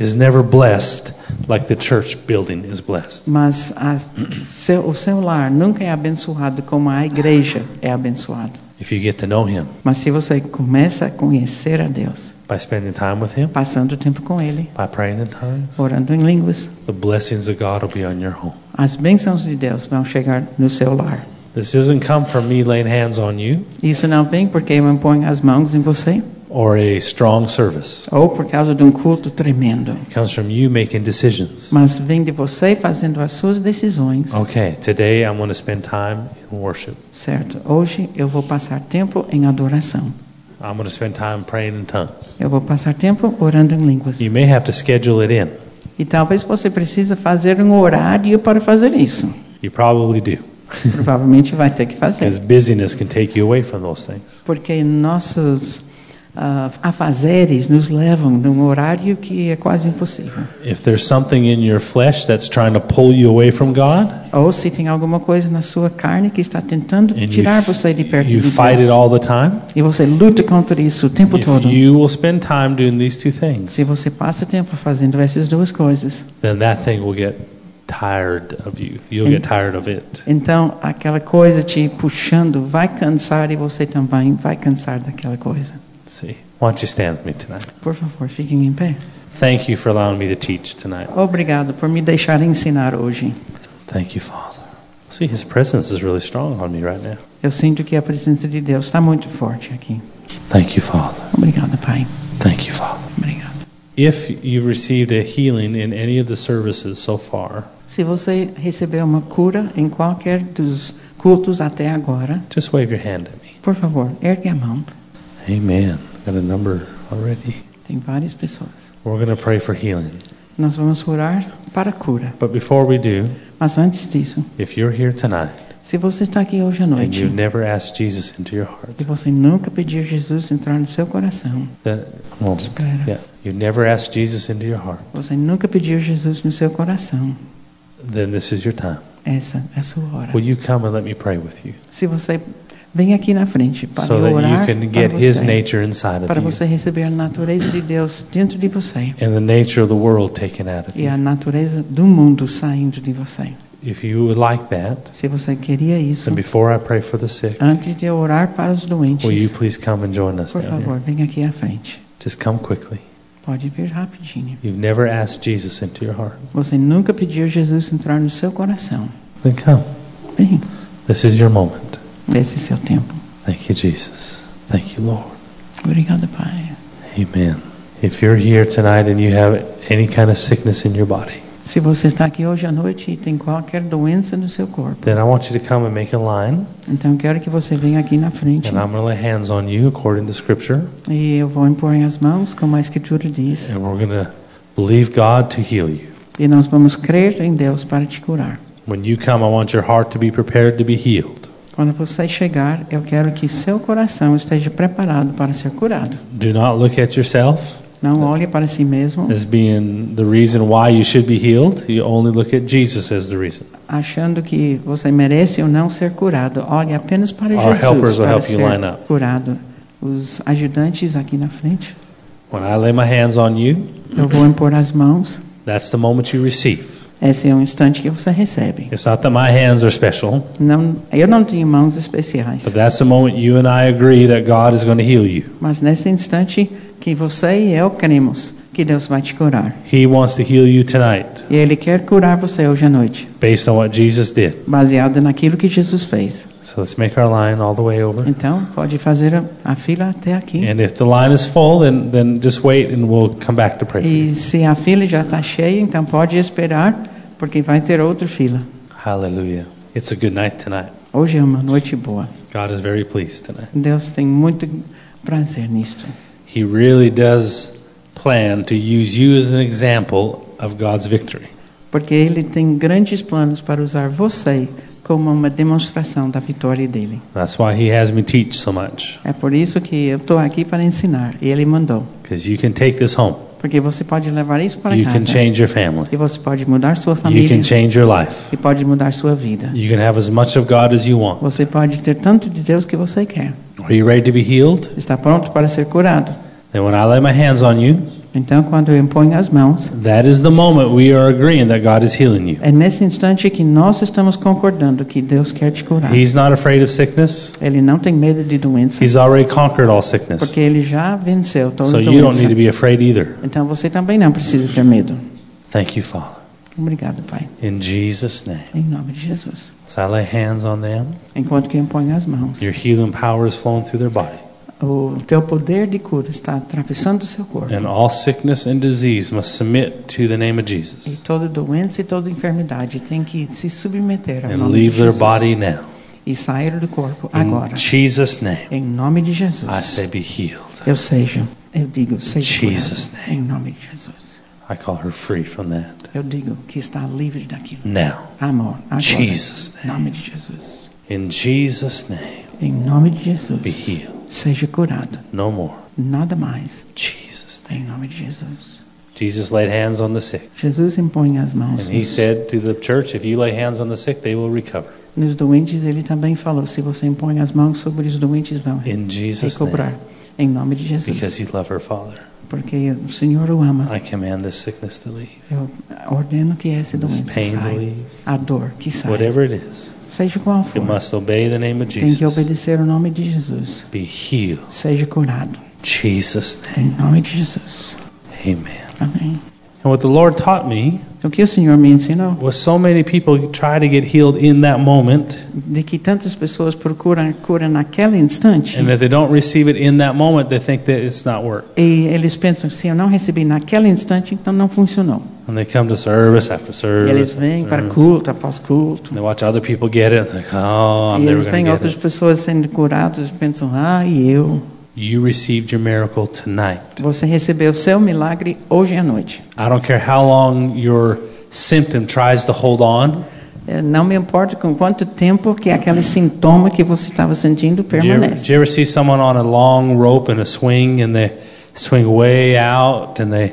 Speaker 2: is never blessed like the church building is blessed.
Speaker 1: mas a, seu, o seu lar nunca é abençoado como a igreja é abençoada.
Speaker 2: If you get to know Him
Speaker 1: Mas se você começa a conhecer a Deus,
Speaker 2: by spending time with Him,
Speaker 1: passando tempo com Ele,
Speaker 2: by praying in tongues,
Speaker 1: orando em línguas,
Speaker 2: the blessings of God will be on your home.
Speaker 1: As bênçãos de Deus vão chegar no seu lar.
Speaker 2: This doesn't come from me laying hands on you
Speaker 1: Isso não vem porque eu imponho as mãos em você
Speaker 2: or a strong service.
Speaker 1: ou por causa de um culto tremendo,
Speaker 2: It comes from you making decisions.
Speaker 1: mas vem de você fazendo as suas decisões,
Speaker 2: Okay, today I'm going to spend time in worship.
Speaker 1: certo? Hoje eu vou passar tempo em adoração.
Speaker 2: I'm going to spend time praying in tongues.
Speaker 1: Eu vou passar tempo orando em línguas.
Speaker 2: You may have to schedule it in.
Speaker 1: E talvez você precise fazer um horário para fazer isso.
Speaker 2: You probably do,
Speaker 1: Provavelmente vai ter que
Speaker 2: because
Speaker 1: fazer,
Speaker 2: busyness can take you away from those things.
Speaker 1: porque nossos ah, afazeres nos levam num horário que é quase impossível.
Speaker 2: If there's something in your flesh that's trying to pull you away from God,
Speaker 1: Ou se tem alguma coisa na sua carne que está tentando
Speaker 2: And you
Speaker 1: tirar
Speaker 2: f-
Speaker 1: você de perto
Speaker 2: You
Speaker 1: de
Speaker 2: fight it
Speaker 1: Deus.
Speaker 2: all the time.
Speaker 1: E você luta contra isso o tempo
Speaker 2: If
Speaker 1: todo.
Speaker 2: you will spend time doing these two things,
Speaker 1: Se você passa tempo fazendo essas duas coisas,
Speaker 2: then that thing will get tired of you. You'll get tired of it.
Speaker 1: então aquela coisa te puxando vai cansar e você também vai cansar daquela coisa.
Speaker 2: See, why don't you stand with me tonight?
Speaker 1: Por favor, fiquem em pé.
Speaker 2: Thank you for allowing me to teach tonight.
Speaker 1: Obrigado por me deixar ensinar hoje.
Speaker 2: Thank you, Father. See, His presence is really strong on me right now.
Speaker 1: Eu sinto que a presença de Deus está muito forte aqui.
Speaker 2: Thank you, Father.
Speaker 1: Obrigado, Pai.
Speaker 2: Thank you, Father.
Speaker 1: Obrigado.
Speaker 2: If you've received a healing in any of the services so far,
Speaker 1: Se você recebeu uma cura em qualquer dos cultos até agora,
Speaker 2: just wave your hand at me.
Speaker 1: por favor, ergue a mão.
Speaker 2: Amen. Got a number already.
Speaker 1: Tem várias pessoas.
Speaker 2: We're going to pray for healing.
Speaker 1: Nós vamos orar para a cura.
Speaker 2: But before we do,
Speaker 1: Mas antes disso,
Speaker 2: if you're here tonight
Speaker 1: se você está aqui hoje à
Speaker 2: and
Speaker 1: noite
Speaker 2: you've never asked Jesus into your heart,
Speaker 1: e você nunca pediu Jesus entrar no seu coração,
Speaker 2: that well,
Speaker 1: Espera.
Speaker 2: yeah, you've never asked Jesus into your heart,
Speaker 1: você nunca pediu Jesus no seu coração,
Speaker 2: then this is your time.
Speaker 1: essa é a sua hora.
Speaker 2: Will you come and let me pray with you
Speaker 1: Se você vem aqui na frente para
Speaker 2: so that
Speaker 1: eu
Speaker 2: you
Speaker 1: orar
Speaker 2: can
Speaker 1: para
Speaker 2: get His
Speaker 1: você,
Speaker 2: nature inside
Speaker 1: para
Speaker 2: of you
Speaker 1: você receber a natureza de Deus dentro de você
Speaker 2: and the nature of the world taken out of
Speaker 1: e
Speaker 2: you?
Speaker 1: a natureza do mundo saindo de você.
Speaker 2: If you would like that,
Speaker 1: Se você queria isso,
Speaker 2: and before I pray for the sick,
Speaker 1: antes de eu orar para os
Speaker 2: will you
Speaker 1: doentes,
Speaker 2: please come and join us
Speaker 1: por
Speaker 2: down here?
Speaker 1: favor, vem aqui à frente.
Speaker 2: Just come quickly.
Speaker 1: Pode vir rapidinho.
Speaker 2: You've never asked Jesus into your heart,
Speaker 1: Você nunca pediu Jesus entrar no seu coração.
Speaker 2: then come.
Speaker 1: Vem,
Speaker 2: This is your moment.
Speaker 1: esse é seu tempo.
Speaker 2: Thank you, Jesus. Thank you, Lord.
Speaker 1: Obrigado, Pai.
Speaker 2: Amen. If you're here tonight and you have any kind of sickness in your body,
Speaker 1: Se você está aqui hoje à noite e tem qualquer doença no seu corpo,
Speaker 2: then I want you to come and make a line,
Speaker 1: então quero que você venha aqui na frente
Speaker 2: and I'm going to lay hands on you according to Scripture,
Speaker 1: e eu vou impor as mãos, como a Escritura diz,
Speaker 2: and we're going to believe God to heal you.
Speaker 1: e nós vamos crer em Deus para te curar.
Speaker 2: When you come, I want your heart to be prepared to be healed.
Speaker 1: Quando você chegar, eu quero que seu coração esteja preparado para ser curado.
Speaker 2: Do not look at yourself
Speaker 1: Não olhe para si mesmo,
Speaker 2: as being the reason why you should be healed. You only look at Jesus as the reason.
Speaker 1: achando que você merece ou não ser curado. Olhe apenas para
Speaker 2: Our helpers
Speaker 1: Jesus
Speaker 2: will
Speaker 1: para
Speaker 2: help you line
Speaker 1: ser
Speaker 2: up.
Speaker 1: curado. Os ajudantes aqui na frente,
Speaker 2: When I lay my hands on you,
Speaker 1: eu vou impor as mãos.
Speaker 2: that's the moment you receive.
Speaker 1: Esse é um instante que você recebe.
Speaker 2: It's not that my hands are special,
Speaker 1: Não, eu não tenho mãos especiais,
Speaker 2: But that's the moment you and I agree that God is going to heal you.
Speaker 1: mas nesse instante que você e eu cremos que Deus vai te curar.
Speaker 2: He wants to heal you tonight
Speaker 1: E Ele quer curar você hoje à noite,
Speaker 2: based on what Jesus did.
Speaker 1: baseado naquilo que Jesus fez.
Speaker 2: So let's make our line all the way over.
Speaker 1: Então, pode fazer a, a fila até aqui.
Speaker 2: And if the line is full, then, then just wait and we'll come back to pray for you.
Speaker 1: E se a fila já está cheia, então pode esperar, porque vai ter outra fila.
Speaker 2: Hallelujah. It's a good night tonight.
Speaker 1: Hoje é uma noite boa.
Speaker 2: God is very pleased tonight.
Speaker 1: Deus tem muito prazer nisto.
Speaker 2: He really does plan to use you as an example of God's victory.
Speaker 1: Porque Ele tem grandes planos para usar você como uma demonstração da vitória dele.
Speaker 2: That's why He has me teach so much,
Speaker 1: É por isso que eu estou aqui para ensinar. E Ele mandou.
Speaker 2: because you can take this home.
Speaker 1: Porque você pode levar isso para
Speaker 2: You can
Speaker 1: casa.
Speaker 2: change your family,
Speaker 1: E você pode mudar sua
Speaker 2: you
Speaker 1: família.
Speaker 2: can change your life,
Speaker 1: E pode mudar sua vida.
Speaker 2: you can have as much of God as you want.
Speaker 1: Você pode ter tanto de Deus que você quer.
Speaker 2: Are you ready to be healed?
Speaker 1: Está pronto para ser curado.
Speaker 2: Then when I lay my hands on you,
Speaker 1: Então, quando eu imponho as mãos,
Speaker 2: that is the moment we are agreeing that God is healing you.
Speaker 1: é nesse instante que nós estamos concordando que Deus quer te curar.
Speaker 2: He's not afraid of sickness.
Speaker 1: Ele não tem medo de doença,
Speaker 2: He's already conquered all sickness.
Speaker 1: porque ele já venceu toda
Speaker 2: So you don't
Speaker 1: doença.
Speaker 2: need to be afraid either.
Speaker 1: Então você também não precisa ter medo.
Speaker 2: Thank you, Father.
Speaker 1: Obrigado, Pai.
Speaker 2: In Jesus' name.
Speaker 1: Em nome de Jesus.
Speaker 2: As I lay hands on them,
Speaker 1: Enquanto que eu imponho as mãos,
Speaker 2: your healing power is flowing through their body.
Speaker 1: o teu poder de cura está atravessando o seu corpo.
Speaker 2: And all sickness and disease must submit to the name of
Speaker 1: E
Speaker 2: Jesus.
Speaker 1: toda doença e toda enfermidade tem que se submeter ao
Speaker 2: And
Speaker 1: nome de
Speaker 2: leave their
Speaker 1: Jesus.
Speaker 2: body now.
Speaker 1: E sair do corpo agora.
Speaker 2: In Ah, Jesus' name.
Speaker 1: Em nome de Jesus.
Speaker 2: I say be healed.
Speaker 1: Eu seja. Eu digo, seja
Speaker 2: Jesus
Speaker 1: curado. Em nome de Jesus.
Speaker 2: I call her free from that.
Speaker 1: Eu digo que está livre daquilo.
Speaker 2: Now.
Speaker 1: Amor, agora.
Speaker 2: Jesus'
Speaker 1: Em nome de Jesus.
Speaker 2: In Jesus' name.
Speaker 1: Em nome de Jesus.
Speaker 2: Be healed.
Speaker 1: Seja curado.
Speaker 2: No more.
Speaker 1: Nada mais.
Speaker 2: Jesus.
Speaker 1: Em nome de Jesus.
Speaker 2: Jesus laid hands on the sick.
Speaker 1: Jesus impõe as mãos
Speaker 2: And he said to the church, if you lay hands on the sick, they will recover.
Speaker 1: nos doentes. Ele também falou, se você impõe as mãos sobre os doentes, vão re-
Speaker 2: In Jesus' name.
Speaker 1: recobrar. Em nome de Jesus.
Speaker 2: Because you love her, Father.
Speaker 1: Porque o Senhor o ama.
Speaker 2: I command this sickness to leave.
Speaker 1: Eu ordeno que essa
Speaker 2: This
Speaker 1: doença
Speaker 2: pain to
Speaker 1: saia.
Speaker 2: leave.
Speaker 1: A dor que sai.
Speaker 2: Whatever it is,
Speaker 1: Seja qual
Speaker 2: you
Speaker 1: for.
Speaker 2: must obey the name of
Speaker 1: Tem que
Speaker 2: Jesus.
Speaker 1: obedecer o nome de Jesus.
Speaker 2: Be healed.
Speaker 1: Seja curado.
Speaker 2: Jesus' name.
Speaker 1: Em nome de Jesus.
Speaker 2: Amen.
Speaker 1: Amém.
Speaker 2: And what the Lord taught me
Speaker 1: O que o Senhor me ensinou
Speaker 2: was so many people try to get healed in that moment,
Speaker 1: de que tantas pessoas procuram cura naquele instante
Speaker 2: and if they don't receive it in that moment, they think that it's not work.
Speaker 1: e eles pensam se eu não recebi naquele instante então não funcionou.
Speaker 2: And they come to service after
Speaker 1: E
Speaker 2: service.
Speaker 1: eles vêm
Speaker 2: after
Speaker 1: para
Speaker 2: service.
Speaker 1: culto após culto.
Speaker 2: And they watch other people get it, and like, oh, I'm
Speaker 1: E
Speaker 2: never
Speaker 1: eles
Speaker 2: going
Speaker 1: veem
Speaker 2: to get
Speaker 1: outras
Speaker 2: it.
Speaker 1: pessoas sendo curadas e pensam ah e eu
Speaker 2: You received your miracle tonight.
Speaker 1: você recebeu o seu milagre hoje à noite.
Speaker 2: I don't care how long your symptom tries to hold on.
Speaker 1: Eh, Não me importa com quanto tempo que aquele sintoma que você estava sentindo
Speaker 2: Do you, ever,
Speaker 1: permanece.
Speaker 2: do you ever see someone on a long rope and a swing and they swing way out and they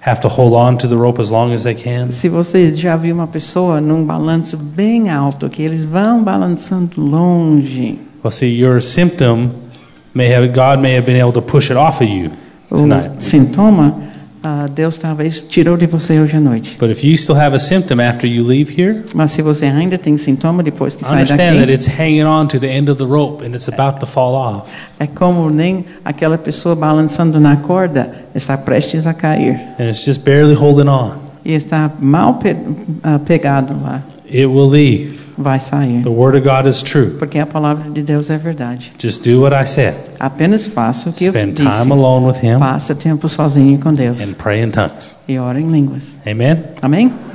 Speaker 2: have to hold on to the rope as long as they can?
Speaker 1: Se você já viu uma pessoa num balanço bem alto, que eles vão balançando longe,
Speaker 2: Well, see, your symptom may have, God may have been able to push it off of you
Speaker 1: o
Speaker 2: tonight.
Speaker 1: sintoma, ah, Deus talvez tirou de você hoje à noite.
Speaker 2: But if you still have a symptom after you leave here,
Speaker 1: Mas se você ainda tem sintoma depois que sai
Speaker 2: understand that
Speaker 1: daqui,
Speaker 2: it's hanging on to the end of the rope and it's about to fall off.
Speaker 1: é como nem aquela pessoa balançando na corda está prestes a cair
Speaker 2: And it's just barely holding on.
Speaker 1: e está mal pe ah, pegado lá,
Speaker 2: It will leave.
Speaker 1: vai sair.
Speaker 2: The Word of God is true.
Speaker 1: Porque a palavra de Deus é verdade.
Speaker 2: Just do what I said.
Speaker 1: Apenas faça o que eu
Speaker 2: Spend
Speaker 1: disse.
Speaker 2: time alone with Him
Speaker 1: Passa tempo sozinho com Deus
Speaker 2: and pray in tongues.
Speaker 1: e ora em línguas.
Speaker 2: Amen?
Speaker 1: Amém?